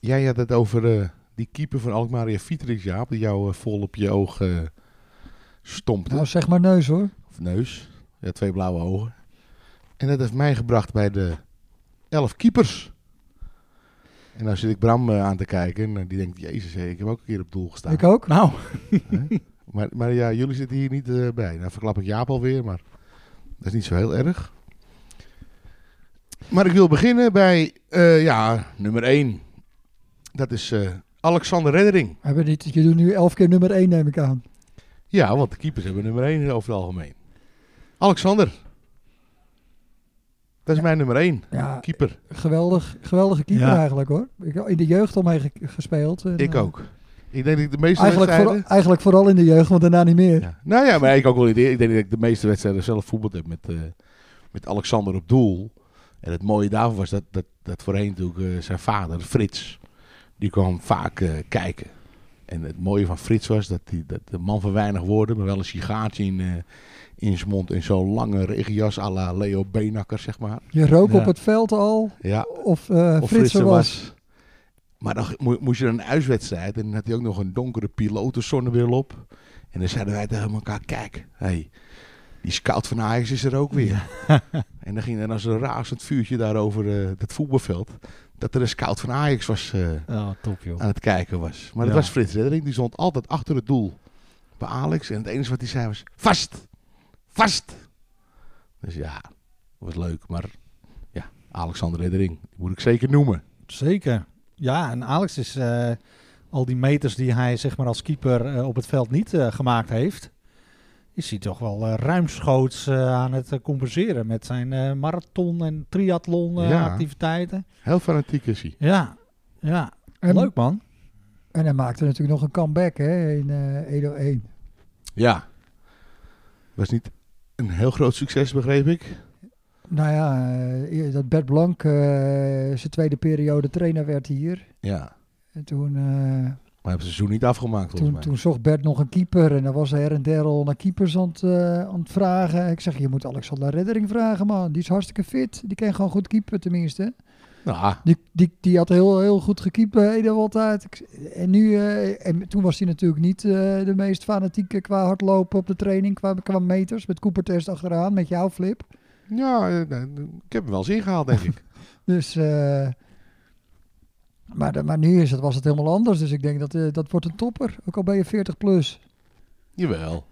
jij had het over eh, die keeper van Alkmaar, ja, Vitrik, Jaap, die jou eh, vol op je oog eh, stompte. Nou, zeg maar neus hoor. Of neus. Ja, twee blauwe ogen. En dat heeft mij gebracht bij de elf keepers. En nou zit ik Bram eh, aan te kijken en eh, die denkt, jezus, hé, ik heb ook een keer op doel gestaan. Ik ook. Nou, Maar, maar ja, jullie zitten hier niet eh, bij. Nou verklap ik Jaap alweer, maar dat is niet zo heel erg. Maar ik wil beginnen bij, eh, ja, nummer 1. Dat is eh, Alexander Reddering. We hebben niet, je doet nu elf keer nummer één neem ik aan. Ja, want de keepers hebben nummer 1 over het algemeen. Alexander. Dat is mijn nummer 1, Ja, keeper. geweldig, geweldige keeper Ja. eigenlijk hoor. Ik heb in de jeugd al mee ge- gespeeld. En, Ik eh, ook. Ik denk dat ik de meeste Eigenlijk, voor- wedstrijden... eigenlijk vooral in de jeugd, want daarna niet meer. Ja. Nou ja, maar ik ook wel niet. Ik denk dat ik de meeste wedstrijden zelf voetbald heb met, eh, met Alexander op doel. En het mooie daarvan was dat, dat, dat voorheen natuurlijk eh, zijn vader, Frits, die kwam vaak eh, kijken. En het mooie van Frits was dat hij dat de man van weinig woorden, maar wel een sigaartje in, eh, in zijn mond en zo'n lange regenjas à la Leo Benakker, zeg maar. Je rook Ja. op het veld al, Ja, of, eh of Frits er was. Maar dan mo- moest je naar een uitwedstrijd en dan had hij ook nog een donkere pilotenzonnebril op. En dan zeiden wij tegen elkaar, kijk, hey, die scout van Ajax is er ook weer. en dan ging er als een razend vuurtje daar over eh, dat voetbalveld, dat er een scout van Ajax was, eh, oh, top joh. aan het kijken was. Maar dat Ja. was Frits Reddering, die stond altijd achter het doel bij Alex. En het enige wat hij zei was, vast, vast. Dus ja, was leuk, maar ja, Alexander Reddering, die moet ik zeker noemen. Zeker. Ja, en Alex is eh, al die meters die hij zeg maar, als keeper eh, op het veld niet eh, gemaakt heeft, is hij toch wel eh, ruimschoots eh, aan het eh, compenseren met zijn eh, marathon- en Ja. triathlon-activiteiten. Heel fanatiek is hij. ja. ja, En, leuk man. en hij maakte natuurlijk nog een comeback hè, in eh, Edo 1. Ja. Was niet een heel groot succes, begreep ik. Nou ja, eh, dat Bert Blank eh, zijn tweede periode trainer werd hier. Ja. En toen, eh, Maar hebben ze het seizoen niet afgemaakt, volgens toen, mij. toen zocht Bert nog een keeper en dan was hij her en der al naar keepers aan het, eh, aan het vragen. Ik zeg, je moet Alexander Reddering vragen man, die is hartstikke fit. Die kan gewoon goed keeper tenminste. Nou, Die, die, die had heel, heel goed gekiept bij Edo altijd. Ik- En, nu, eh, en toen was hij natuurlijk niet eh, de meest fanatieke qua hardlopen op de training, qua, qua meters. Met Coopertest achteraan, met jouw flip. ja, eh, nou, ik heb hem wel eens ingehaald, denk ik. Dus, eh, maar, de- maar nu is het, was het helemaal anders. Dus ik denk dat eh, dat wordt een topper. Ook al ben je 40 plus. Jawel.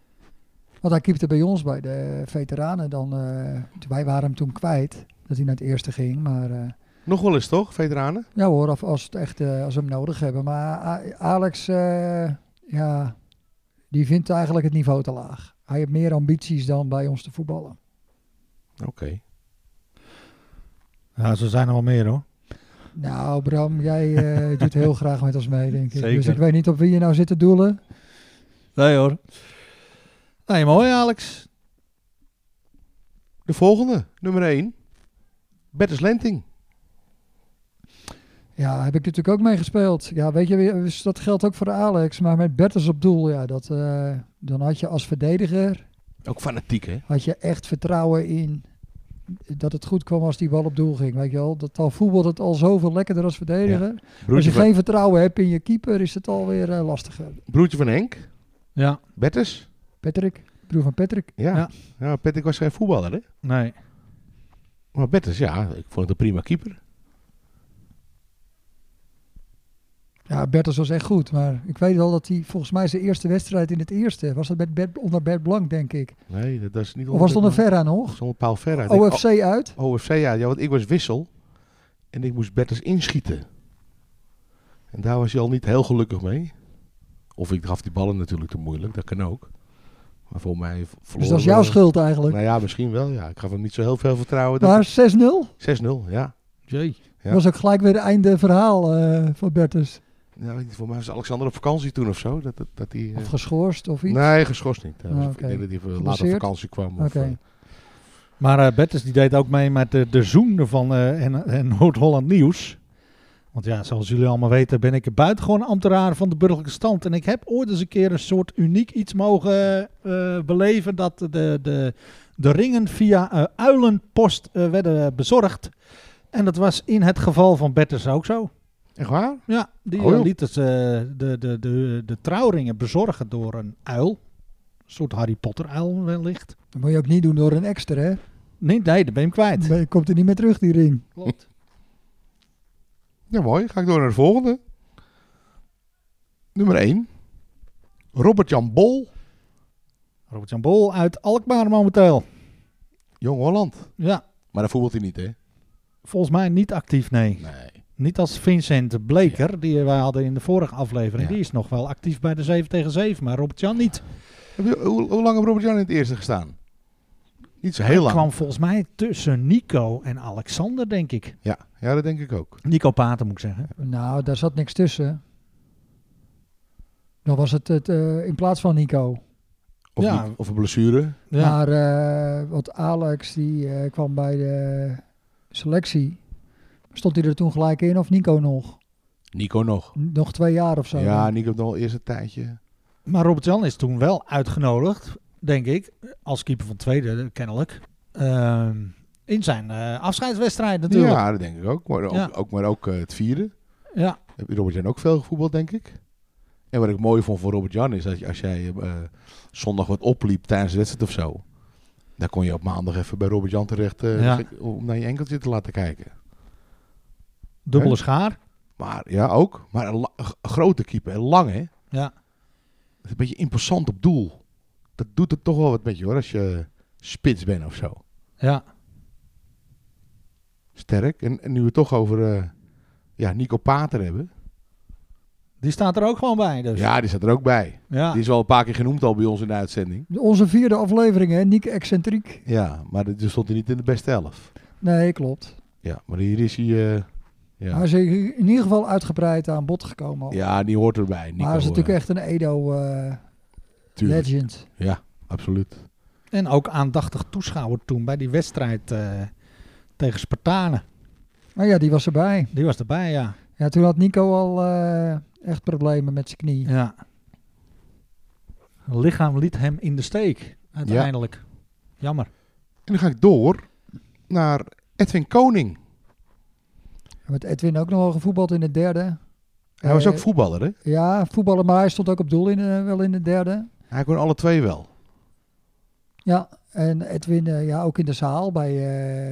Want hij keepte bij ons, bij de veteranen. Dan, eh, wij waren hem toen kwijt dat hij naar het eerste ging. Maar eh, Nog wel eens, toch, veteranen? ja hoor, of als, het echt, eh, als we hem nodig hebben. Maar A- Alex, eh, ja, die vindt eigenlijk het niveau te laag. Hij heeft meer ambities dan bij ons te voetballen. Oké. Ja, zo zijn er wel meer hoor. Nou, Bram, jij eh, doet heel graag met ons mee, denk ik. Dus Zeker. ik weet niet op wie je nou zit te doelen. Nee hoor. Nee, mooi Alex. De volgende, nummer 1. Bertus Lenting. Ja, heb ik natuurlijk ook mee gespeeld. Ja, weet je, dus dat geldt ook voor Alex. Maar met Bertens op doel, ja, dat, eh, dan had je als verdediger Ook fanatiek, hè? had je echt vertrouwen in dat het goed kwam als die bal op doel ging. Weet je wel, dat al voetbal het al zoveel lekkerder als verdediger. als je Broertje, van, geen vertrouwen hebt in je keeper, is het alweer eh, lastiger. broertje van Henk. Ja, Bertus. Patrick, broer van Patrick. Ja. Ja. ja. Patrick was geen voetballer, hè? nee. Maar Bertus, ja, ik vond het een prima keeper. Ja, Bertens was echt goed, maar ik weet wel dat hij volgens mij zijn eerste wedstrijd in het eerste was dat met Bert, onder Bert Blank, denk ik. Nee, dat was niet... Of was het onder Oh, Verra nog? Zonder Paul Verra. Ik denk, OFC uit. OFC, ja, ja, want ik was wissel. En ik moest Bertens inschieten. En daar was hij al niet heel gelukkig mee. Of ik gaf die ballen natuurlijk te moeilijk, dat kan ook. Maar voor mij v- verloren Dus dat is we- jouw schuld eigenlijk. Nou ja, misschien wel. Ja. Ik gaf hem niet zo heel veel vertrouwen. dat- Maar 6-0? 6-0, ja. Jee. Ja. Dat was ook gelijk weer het einde verhaal eh, van Bertus. Nou, voor mij was Alexander op vakantie toen of zo. Dat, dat, dat hij, eh, Of geschorst of iets? nee, geschorst niet. Dat was- Ah, oké. Ik denk dat hij voor later op Geblesseerd? vakantie kwam. of, Oké. eh, Maar eh Bertus die deed ook mee met de, de zoen van eh, en, en Noord-Holland Nieuws. Want ja, zoals jullie allemaal weten ben ik een buitengewoon ambtenaar van de burgerlijke stand. En ik heb ooit eens een keer een soort uniek iets mogen eh, beleven. Dat de, de, de ringen via eh, uilenpost eh, werden bezorgd. En dat was in het geval van Bertus ook zo. Echt waar? Ja, die Oh, joh. eh, liet het, eh, de, de, de, de trouwringen bezorgen door een uil. Een soort Harry Potter uil wellicht. Dat moet je ook niet doen door een extra, hè? Nee, nee, dan ben je hem kwijt. Dan komt er niet meer terug, die ring. Klopt. Ja, mooi. Ga ik door naar de volgende. Nummer 1. Robert-Jan Bol, Robert-Jan Bol uit Alkmaar momenteel. Jong Holland. Ja, Maar dat voetbalt hij niet, hè? volgens mij niet actief, nee. Nee. Niet als Vincent Bleker, die wij hadden in de vorige aflevering. Ja. Die is nog wel actief bij de 7 tegen 7, maar Robert-Jan niet. Heb je- hoe, hoe lang heeft Robert-Jan in het eerste gestaan? Niet zo Hij heel lang. kwam volgens mij tussen Nico en Alexander, denk ik. Ja, ja, dat denk ik ook. Nico Paten, moet ik zeggen. Nou, daar zat niks tussen. Dan was het, het eh, in plaats van Nico. Of, Ja. niet, of een blessure. Ja, Maar eh, wat Alex, die eh, kwam bij de selectie. Stond hij er toen gelijk in of Nico nog? Nico nog. Nog twee jaar of zo. Ja, Nico nog eerst een tijdje. maar Robert-Jan is toen wel uitgenodigd, denk ik, als keeper van tweede, kennelijk. Ehm, in zijn eh, afscheidswedstrijd natuurlijk. Ja, dat denk ik ook. Maar ook, Ja. ook, maar ook eh, het vierde. ja. Heb Robert-Jan ook veel gevoetbald, denk ik. En wat ik mooi vond van Robert-Jan is dat je- als jij eh, zondag wat opliep tijdens de wedstrijd of zo. Dan kon je op maandag even bij Robert-Jan terecht eh, Ja. om naar je enkeltje te laten kijken. Dubbele Hè? schaar. Maar ja, ook. Maar een, la- een g- grote keeper en lang, hè? Ja. Dat is Een beetje imposant op doel. Dat doet het toch wel wat met je, hoor. Als je spits bent of zo. Ja. Sterk. En, en nu we het toch over eh, ja, Nico Pater hebben. Die staat er ook gewoon bij. Dus. Ja, die staat er ook bij. Ja. Ah. Die is wel een paar keer genoemd al bij ons in de uitzending. Onze vierde aflevering, hè? Nick Excentriek. Ja, maar dit- dus stond hij niet in de beste elf. Nee, klopt. Ja, maar hier is hij... eh, ja. Hij is in ieder geval uitgebreid aan bod gekomen. ja, die hoort erbij. Nico, maar hij is natuurlijk eh, echt een eh, Edo-legend. tuurlijk. Ja, absoluut. En ook aandachtig toeschouwer toen bij die wedstrijd eh, tegen Spartanen. maar ja, die was erbij. Die was erbij, ja. Ja, toen had Nico al eh, echt problemen met zijn knie. ja. Lichaam liet hem in de steek. Uiteindelijk. Jammer. En dan ga ik door naar Edwin Koning. Met Edwin ook nog wel gevoetbald in de derde. Hij was Eh, ook voetballer, hè? Ja, voetballer, maar hij stond ook op doel in, eh, wel in de derde. Hij kon alle twee wel. Ja, en Edwin eh, ja, ook in de zaal bij,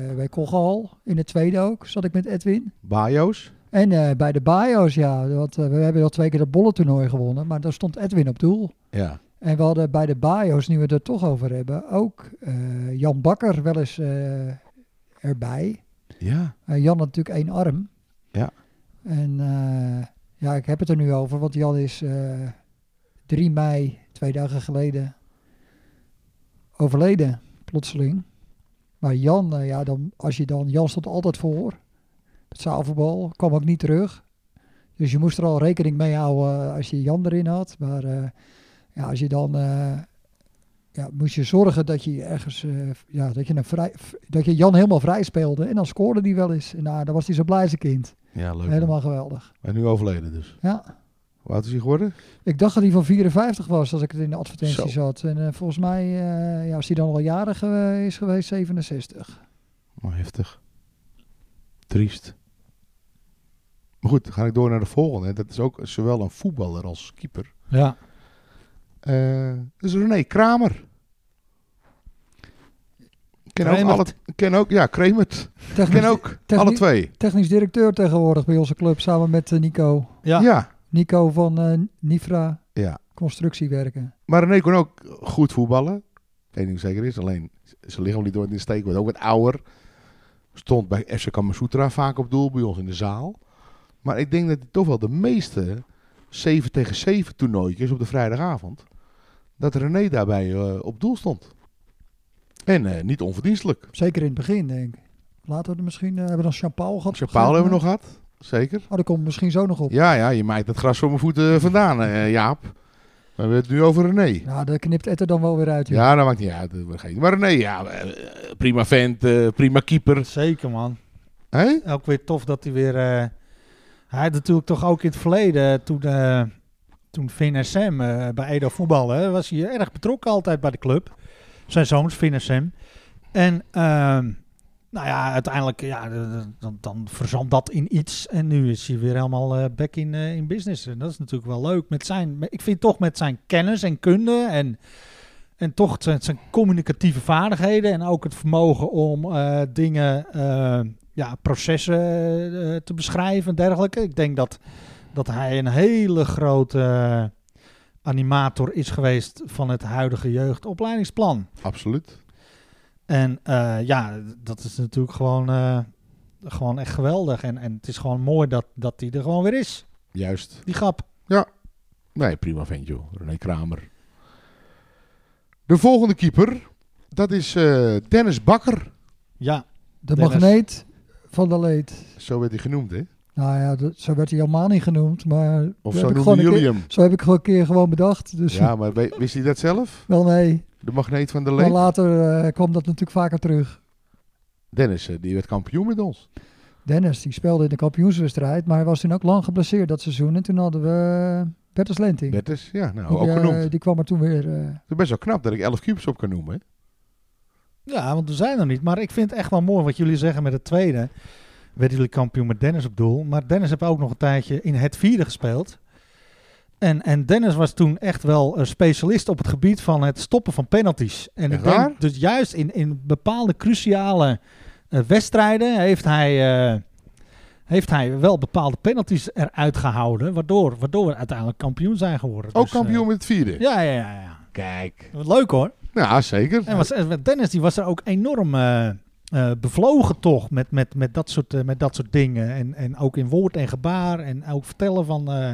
eh bij Kochal. In de tweede ook zat ik met Edwin. Bajo's. En eh, bij de Bayo's, ja. Want, eh, we hebben al twee keer dat bollentoernooi gewonnen, maar daar stond Edwin op doel. Ja. En we hadden bij de Bayo's, nu we het er toch over hebben, ook eh, Jan Bakker wel eens eh, erbij. Ja. Eh, Jan had natuurlijk één arm. Ja. En eh, ja, ik heb het er nu over, want Jan is eh 3 mei, twee dagen geleden, overleden, plotseling. Maar Jan, eh, ja, dan, als je dan, Jan stond altijd voor. Het zaalvoetbal kwam ook niet terug. Dus je moest er al rekening mee houden eh, als je Jan erin had. Maar eh, ja, als je dan, eh, ja, moest je zorgen dat je ergens, eh, ja, dat je, een vrij, v- dat je Jan helemaal vrij speelde. En dan scoorde hij wel eens. En nou, dan was hij zo blij als een kind. Ja, leuk. Helemaal geweldig. En nu overleden dus. Ja. Hoe oud is hij geworden? Ik dacht dat hij van 54 was als ik het in de advertentie Zo. zat. En eh, volgens mij, eh, ja, als hij dan al jarig eh, is geweest, 67. Maar Nou, heftig. Triest. Maar goed, dan ga ik door naar de volgende. Dat is ook zowel een voetballer als keeper. Ja. Eh, dat is René Kramer. Ken ook, alle, Kremert. ken ook, ja, Kremert. Technisch, Ken ook, alle technisch- twee. technisch directeur tegenwoordig bij onze club, samen met eh, Nico. Ja. ja. Nico van eh Nifra ja. Constructiewerken. Maar René kon ook goed voetballen. Eén ding zeker is, alleen zijn lichaam liet nooit in de steek. Wordt ook wat ouder. Stond bij FC Kamasutra vaak op doel bij ons in de zaal. Maar ik denk dat hij toch wel de meeste 7 tegen 7 toernooitjes op de vrijdagavond... dat René daarbij eh, op doel stond. En eh, niet onverdienstelijk. Zeker in het begin, denk ik. Later misschien eh, hebben we dan Champagne gehad. Chapaal hebben we nog gehad. zeker. Oh, daar komt het misschien zo nog op. Ja, ja, je maakt het gras voor mijn voeten vandaan, eh, Jaap. We hebben het nu over René. Nou, daar knipt Ed er dan wel weer uit. joh. Ja, dat maakt niet uit. dat wordt geen- Maar René, ja, eh, prima vent, eh, prima keeper. Zeker, man. Hé? Ook weer tof dat hij weer... eh, hij had natuurlijk toch ook in het verleden, toen, eh toen Finn en Sam eh, bij Edo voetballen, was hij erg betrokken altijd bij de club. Zijn zoons, Finn en Sam. En ehm, nou ja, uiteindelijk ja, dan, dan verzandt dat in iets. En nu is hij weer helemaal eh, back in, eh, in business. En dat is natuurlijk wel leuk. Met zijn, ik vind toch met zijn kennis en kunde en, en toch zijn, zijn communicatieve vaardigheden. En ook het vermogen om eh, dingen, eh, ja, processen eh, te beschrijven en dergelijke. Ik denk dat, dat hij een hele grote eh, animator is geweest van het huidige jeugdopleidingsplan. Absoluut. En eh, ja, dat is natuurlijk gewoon, eh, gewoon echt geweldig. En, en het is gewoon mooi dat, dat die er gewoon weer is, Juist. die grap. Nee, prima vent, joh. René Kramer. De volgende keeper, dat is eh, Dennis Bakker. Ja, De Dennis. magneet van de leed. Zo werd hij genoemd, hè? Nou ja, dat, zo werd hij helemaal niet genoemd, maar... Of dat zo heb ik noemden gewoon een jullie hem. keer- Zo heb ik gewoon een keer gewoon bedacht. Dus Ja, maar we- wist hij dat zelf? wel nee. De magneet van de Maar leed? later eh, kwam dat natuurlijk vaker terug. Dennis, eh, die werd kampioen met ons. Dennis, die speelde in de kampioenswedstrijd, maar hij was toen ook lang geblesseerd dat seizoen. En toen hadden we Bertus Lenting. Bertus, ja, nou, die, ook eh, genoemd. die kwam er toen weer... eh, Het is best wel knap dat ik elf keepers op kan noemen, hè? ja, want we zijn er niet. Maar ik vind het echt wel mooi wat jullie zeggen met het tweede. Werden jullie kampioen met Dennis op doel. Maar Dennis heeft ook nog een tijdje in het vierde gespeeld. En, en Dennis was toen echt wel een specialist op het gebied van het stoppen van penalties. En Echt ik denk waar? dus juist in, in bepaalde cruciale eh, wedstrijden heeft hij, eh, heeft hij wel bepaalde penalties eruit gehouden. Waardoor, waardoor we uiteindelijk kampioen zijn geworden. Ook Dus, eh, kampioen met het vierde. ja, ja, ja, ja. Kijk. Wat Leuk hoor. Ja, zeker. En was, en Dennis die was er ook enorm eh, eh, bevlogen toch met, met, met, dat soort, eh, met dat soort dingen. En, en ook in woord en gebaar en ook vertellen van... eh,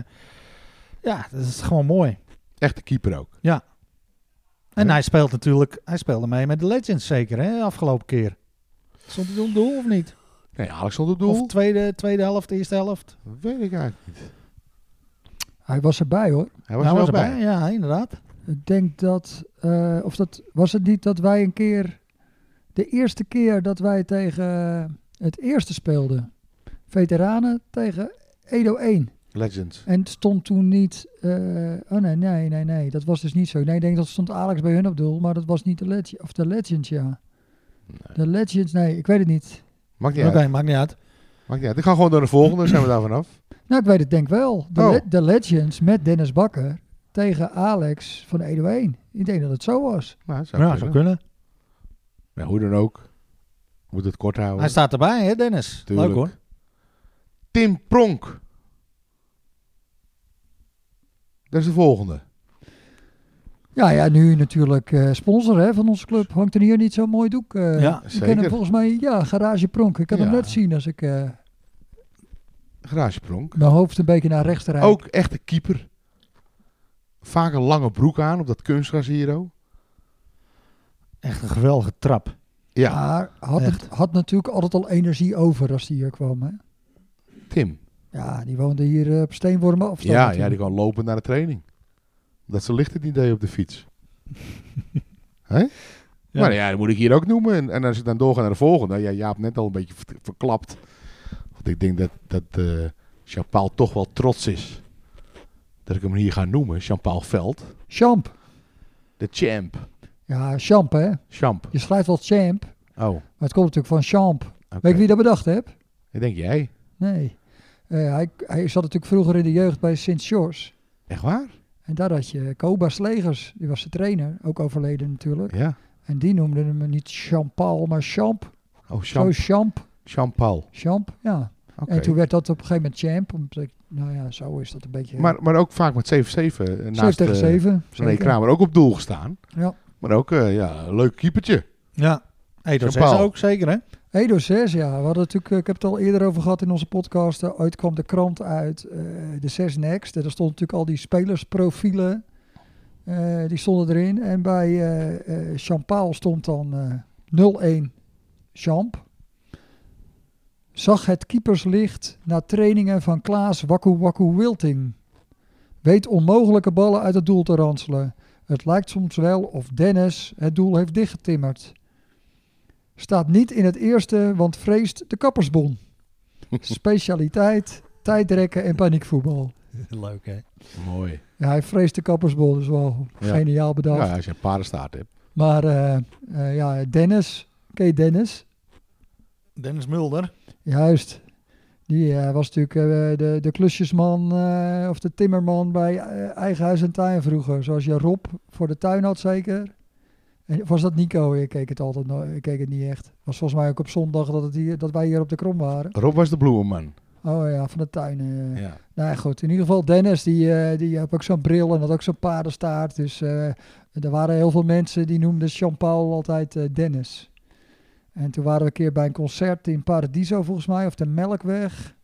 ja, dat is gewoon mooi. Echte keeper ook. En Ja. hij speelt natuurlijk... Hij speelde mee met de Legends zeker, hè? Afgelopen keer. Stond hij toen doel of niet? Nee, Alex stond op Of doel. tweede, tweede helft, eerste helft? Dat weet ik eigenlijk niet. hij was erbij hoor. Hij was Hij er wel bij. Nou, Ja, inderdaad. Ik denk dat, eh, of dat, was het niet dat wij een keer, de eerste keer dat wij tegen eh, het eerste speelden, veteranen tegen Edo 1. Legends. En het stond toen niet, eh, oh nee, nee, nee, nee, dat was dus niet zo. Nee, ik denk dat stond Alex bij hun op doel, maar dat was niet de Legend, of de Legends, ja. De Legends, nee, ik weet het niet. Maakt niet, Oké, uit. maakt niet uit. Maakt niet uit. Ik ga gewoon naar de volgende, dan zijn we daar vanaf. Nou, ik weet het denk wel. De, Oh. Le- de Legends met Dennis Bakker tegen Alex van Edo 1. Ik denk dat het zo was. Nou, zou Ja, kunnen. zou kunnen. Nou, hoe dan ook. Moet het kort houden. Hij staat erbij, hè Dennis? Oh. Tuurlijk. Leuk hoor. Tim Pronk. Dat is de volgende. Ja, ja, nu natuurlijk eh, sponsor hè, van onze club. Hangt er hier niet zo'n mooi doek. eh. Ja, Je kent zeker. hem volgens mij, ja, Garage Pronk. Ik kan hem Ja. net zien als ik eh, Garage Pronk. mijn hoofd een beetje naar rechts rijd. Ook echte keeper. Vaak een lange broek aan op dat kunstgras hier. oh. Echt een geweldige trap. Ja, Maar had, het, had natuurlijk altijd al energie over als hij hier kwam. Hè? Tim. Ja, die woonde hier eh, op Steenwormen afstand. Ja, ja, natuurlijk. die gewoon lopen naar de training. Dat ze licht het niet deed op de fiets. Hè? Ja. Maar ja, dat moet ik hier ook noemen. En, en als ik dan doorga naar de volgende. Ja, Jaap net al een beetje vert- verklapt. Want ik denk dat, dat eh Jean-Paul toch wel trots is. Dat ik hem hier ga noemen. Jean-Paul Veld. Champ. De champ. Ja, Champ hè. Champ. Je schrijft wel Champ, Oh, oké. maar het komt natuurlijk van Champ. Weet je wie dat bedacht heeft? Ik denk jij. Nee. Eh, hij, hij zat natuurlijk vroeger in de jeugd bij Sint George. Echt waar? En daar had je Koba Slegers, die was de trainer, ook overleden natuurlijk. Ja. En die noemde hem niet Jean-Paul, maar Champ. Zo Oh, Champ. Champ. Jean-Paul. Champ, ja. Oké. En toen werd dat op een gegeven moment champ. Omdat ik, nou ja, zo is dat een beetje... Maar, maar ook vaak met 7-7. eh, 7 Naast tegen eh, 7. René Kramer ook op doel gestaan. Ja. Maar ook eh, ja, een leuk keepertje. Ja. Edo is Jean-Paul. ook zeker, hè? Edo 6, ja. We hadden natuurlijk, eh, ik heb het al eerder over gehad in onze podcast. eh, Ooit kwam de krant uit, eh, de 6 Next. En daar stonden natuurlijk al die spelersprofielen. eh, die stonden erin. En bij eh eh Champaal stond dan eh, 0-1 Champ. 7-7 Zag het keeperslicht na trainingen van Klaas Wakku Wakku Wilting. Weet onmogelijke ballen uit het doel te ranselen. Het lijkt soms wel of Dennis het doel heeft dichtgetimmerd. Staat niet in het eerste, want vreest de kappersbon. Specialiteit, tijdrekken en paniekvoetbal. Leuk, hè? Mooi. Ja, hij vreest de kappersbol, dus wel Ja. geniaal bedacht. Ja, als je een paardenstaart hebt. Maar eh, eh, ja, Dennis, ken je Dennis? Dennis Mulder. Juist. Die eh, was natuurlijk eh, de, de klusjesman eh, of de timmerman bij eh, eigen huis en tuin vroeger. Zoals je Rob voor de tuin had zeker. En, of was dat Nico? Ik keek het altijd no- ik keek het niet echt. was volgens mij ook op zondag dat, het hier, dat wij hier op de krom waren. Rob was de bloemenman. Oh ja, van de tuin. eh. Ja. Nou ja, goed, in ieder geval Dennis, die, eh, die had ook zo'n bril en had ook zo'n paardenstaart. Dus eh, er waren heel veel mensen die noemden Jean-Paul altijd eh, Dennis. En toen waren we een keer bij een concert in Paradiso volgens mij, of de Melkweg.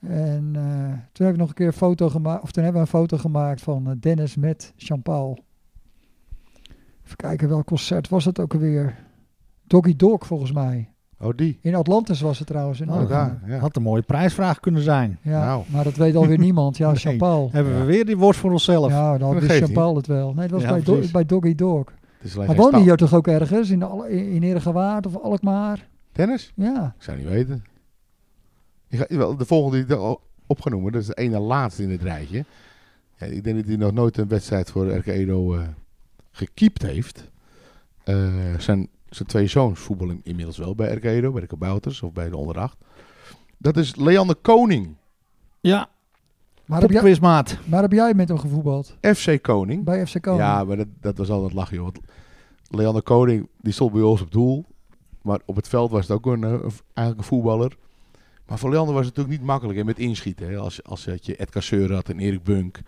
En eh, toen heb ik nog een keer een foto gemaakt, of toen hebben we een foto gemaakt van eh, Dennis met Jean-Paul. Even kijken, welk concert was het ook alweer? Doggy Dog volgens mij. Oh, die. In Atlantis was het trouwens. In Oh, Alkmaar. daar. Ja. Had een mooie prijsvraag kunnen zijn. Ja, Nou. maar dat weet alweer niemand. Ja, Nee. Jean-Paul. Hebben we weer die woord voor onszelf? Ja, dan Dat wist geeft Jean-Paul het wel. Nee, het was Ja, bij, Do- precies. bij Doggy Dog. Het is alleen Hij geen woonde staal. hier toch ook ergens? In, Al- in in Herengewaard of Alkmaar? Dennis? Ja. Ik zou niet weten. Ik ga, wel, de volgende die ik er al op ga noemen, dat is de ene laatste in het rijtje. Ja, ik denk dat hij nog nooit een wedstrijd voor RK Edo eh, gekiept heeft. Eh, zijn, zijn twee zoons voetballen inmiddels wel bij RK Edo, bij de Kabouters of bij de Onder 8. Dat is Leander Koning, Ja, Maar heb, jij, popquizmaat. maar heb jij met hem gevoetbald? FC Koning. Bij FC Komen? Ja, maar dat, dat was altijd lachen, joh. Want Leander Koning, die stond bij ons op doel. Maar op het veld was het ook een, eh, een- eigenlijk een voetballer. Maar voor Leander was het natuurlijk niet makkelijk hè, met inschieten. Hè. Als, als dat je Ed Casseur had en Erik Bunk,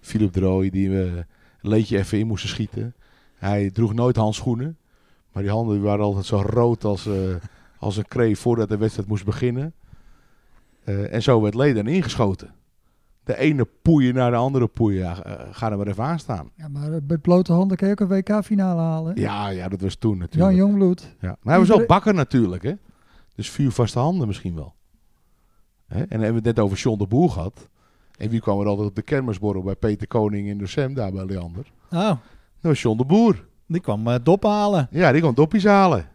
Philip Drooy, die we een leedje even in moesten schieten. Hij droeg nooit handschoenen. Maar die handen die waren altijd zo rood als, eh, als een kreef voordat de wedstrijd moest beginnen. Eh, en zo werd Leden ingeschoten. De ene poeien naar de andere poeien. Ja, eh, ga er maar even aan staan. Ja, maar eh, met blote handen kan je ook een WK-finale halen. Ja, ja, dat was toen natuurlijk. Jan Jongbloed. Ja. Maar hij was wel Iedere- bakker natuurlijk, hè? Dus vuur vaste handen misschien wel. Hè? En dan hebben we het net over John de Boer gehad. En wie kwam er altijd op de kermisborrel bij Peter Koning in de Sem, daar bij Leander? Oh, Dat was John de Boer. die kwam eh dop halen. Ja, die kwam doppies halen.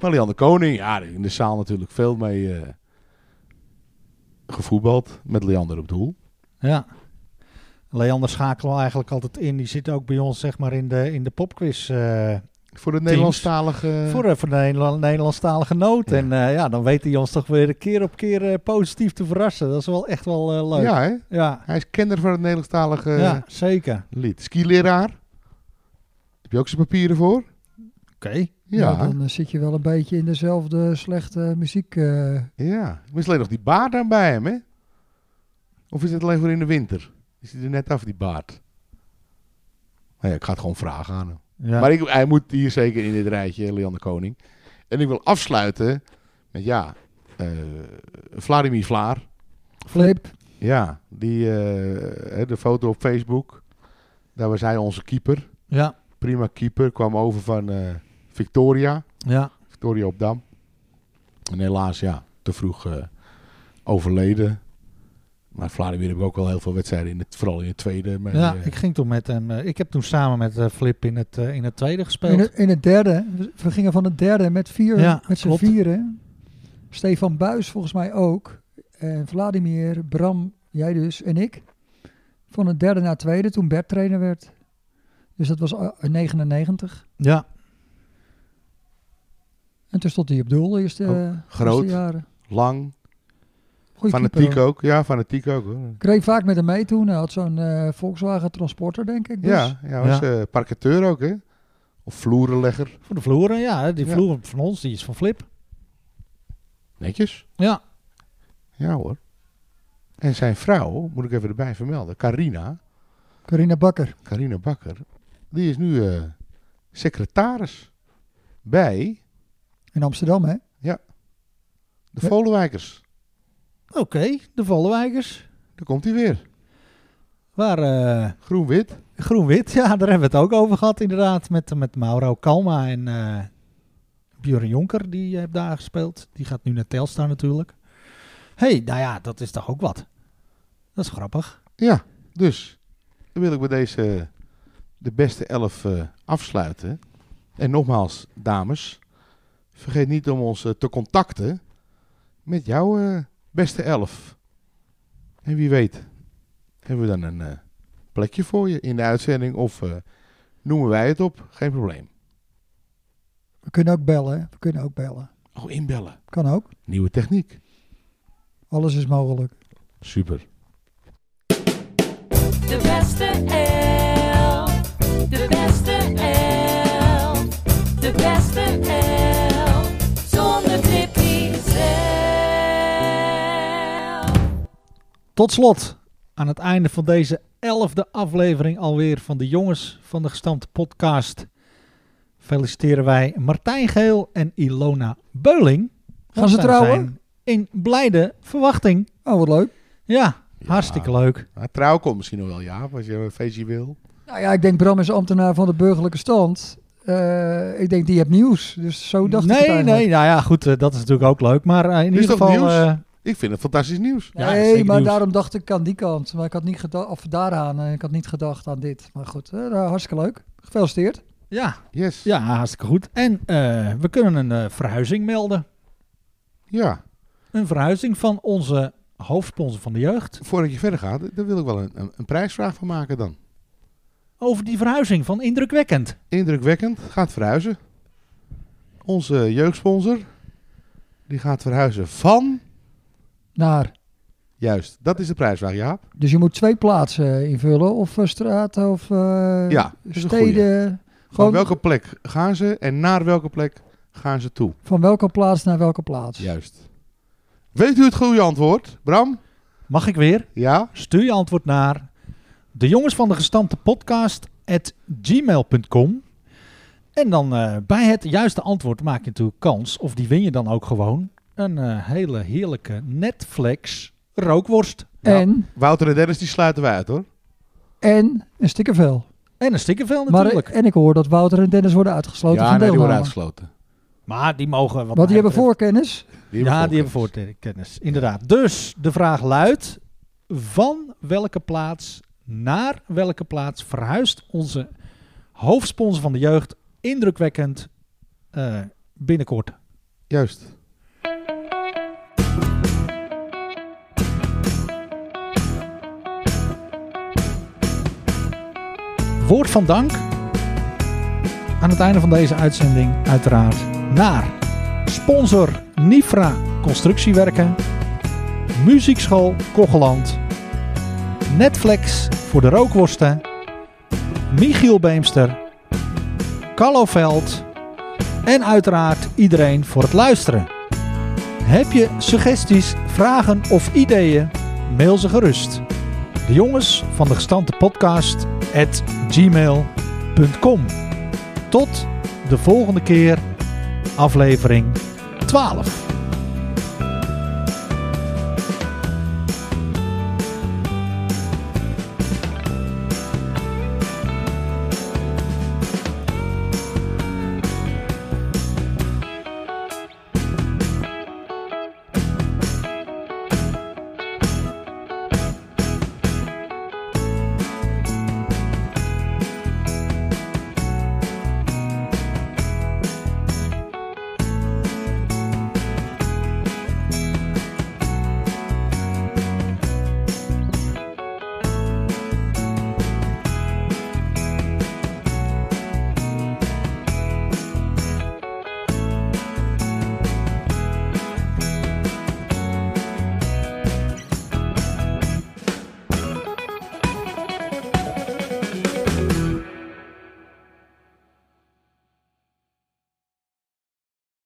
Maar Leander Koning, ja, in de zaal natuurlijk veel mee eh, gevoetbald. Met Leander op doel. Ja. Leander schakelen we eigenlijk altijd in. Die zit ook bij ons zeg maar in de, in de popquiz. eh, Voor de Nederlandstalige... voor, eh, voor de Nederla- Nederlandstalige noot. Ja. En eh, ja, dan weet hij ons toch weer keer op keer eh, positief te verrassen. Dat is wel echt wel eh, leuk. Ja, Eh. Ja, hè? ja, Hij is kenner van het Nederlandstalige... zeker. lid. Skileraar. Heb je ook zijn papieren voor? Oké. Ja. Ja, dan eh, zit je wel een beetje in dezelfde slechte muziek. eh. Ik mis alleen nog die baard aan bij hem, hè? Of is het alleen voor in de winter? Is hij er net af, die baard? Nou ja, ik ga het gewoon vragen aan hem. Ja. Maar ik, hij moet hier zeker in dit rijtje, Leon de Koning. En ik wil afsluiten met, ja, eh, Vladimir Vlaar. Flip. Ja, die, eh, hè, de foto op Facebook. Daar was hij onze keeper. ja, Prima keeper. Kwam over van eh, Victoria. ja. Victoria op Dam. En helaas, ja, te vroeg eh, overleden. Maar Vladimir heb ik ook wel heel veel wedstrijden, in het, vooral in het tweede. Maar, ja, eh, ik ging toen met hem. eh, ik heb toen samen met eh, Flip in het, eh, in het tweede gespeeld. In het, in het derde. We gingen van het derde met vier. Ja, met z'n klopt. vieren. Stefan Buis volgens mij ook. En Vladimir, Bram, jij dus en ik. Van het derde naar het tweede toen Bert trainer werd. Dus dat was eh, 99. Ja, En toen stond hij op doel de eerste, Oh, eh, groot. eerste jaren. lang, Goeie fanatiek keeper, hoor. ook. Ja, fanatiek ook. Hoor. Ik reed vaak met hem mee toen. Hij had zo'n eh, Volkswagen Transporter, denk ik. Dus. Ja, ja, was eh parketeur ook, hè? Of vloerenlegger. voor de vloeren. Ja, die Ja. vloer van ons, die is van Flip. Netjes. Ja, Ja hoor. En zijn vrouw, moet ik even erbij vermelden, Carina, Carina Bakker. Carina Bakker, die is nu eh, secretaris bij In Amsterdam, hè? de Ja. Volenwijkers. oké. De Vollenwijkers. Daar komt hij weer. Waar... eh, Groen-wit. Groen-wit, ja, daar hebben we het ook over gehad inderdaad. Met, met Mauro Kalma en eh, Björn Jonker, die eh, heeft daar gespeeld. Die gaat nu naar Telstar natuurlijk. Hé, hey, nou ja, dat is toch ook wat. Dat is grappig. Ja, dus dan wil ik bij deze de beste elf eh, afsluiten. En nogmaals, dames, vergeet niet om ons eh, te contacten met jouw eh, beste elf. En wie weet, hebben we dan een eh, plekje voor je in de uitzending of eh, noemen wij het op? Geen probleem. We kunnen ook bellen. hè? We kunnen ook bellen. Oh, inbellen. Kan ook. Nieuwe techniek. Alles is mogelijk. Super. De beste elf. De beste elf. De beste elf. Zonder Tippy zelf. Tot slot, aan het einde van deze elfde aflevering alweer van de jongens van de gestampte podcast. Feliciteren wij Martijn Geel en Ilona Beuling. Gaan ze Zij trouwen? zijn In blijde verwachting. Oh, wat leuk. Ja, hartstikke leuk. Nou, trouw komt misschien nog wel, ja, als je een feestje wil. Nou ja, ik denk Bram is ambtenaar van de burgerlijke stand. Eh, ik denk die hebt nieuws. Dus zo dacht ik het nee, eigenlijk. nee, nou ja, goed, eh, dat is natuurlijk ook leuk. Maar eh, in Is ieder dat geval... nieuws? eh, Ik vind het fantastisch nieuws. ja, nee, zeker maar nieuws. daarom dacht ik aan die kant. Maar ik had niet gedacht, of daaraan, eh, ik had niet gedacht aan dit. Maar goed, eh, nou, hartstikke leuk. Gefeliciteerd. Ja, Yes. ja, hartstikke goed. En eh, we kunnen een eh, verhuizing melden. ja. Een verhuizing van onze hoofdsponsor van de jeugd. Voordat je verder gaat, daar wil ik wel een, een, een prijsvraag van maken dan. Over die verhuizing van indrukwekkend. Indrukwekkend, gaat verhuizen. Onze jeugdsponsor, die gaat verhuizen van... Naar. Juist, dat is de prijsvraag, Jaap. Eh, Dus je moet twee plaatsen eh, invullen. Of eh, straten of eh, Ja, dat is een goeie. steden. Van Gewoon welke plek gaan ze en naar welke plek gaan ze toe? van welke plaats naar welke plaats. Juist. Weet u het goede antwoord, Bram? Mag ik weer? Ja? Stuur je antwoord naar de jongens van de gestampte podcast at gmail.com. En dan eh, bij het juiste antwoord maak je natuurlijk kans, of die win je dan ook gewoon, een eh, hele heerlijke Netflix rookworst Ja. En, Wouter en Dennis, die sluiten wij uit hoor. en een stikkervel. en een stikkervel Maar, eh, natuurlijk. Maar, en ik hoor dat Wouter en Dennis worden uitgesloten ja, van nee, die deelname. worden uitgesloten. die mogen... Wat Want die mij hebben voorkennis. Die ja, die hebben voorkeur. voorkennis. Inderdaad. Dus de vraag luidt: van welke plaats naar welke plaats verhuist onze hoofdsponsor van de jeugd indrukwekkend eh, binnenkort? Juist. Woord van dank aan het einde van deze uitzending uiteraard naar sponsor Nifra Constructiewerken, Muziekschool Kocheland, Netflix voor de rookworsten, Michiel Beemster, Carlo Veld en uiteraard iedereen voor het luisteren. Heb je suggesties, vragen of ideeën? Mail ze gerust. De jongens van de gestampte podcast at gmail.com. Tot de volgende keer, aflevering 12.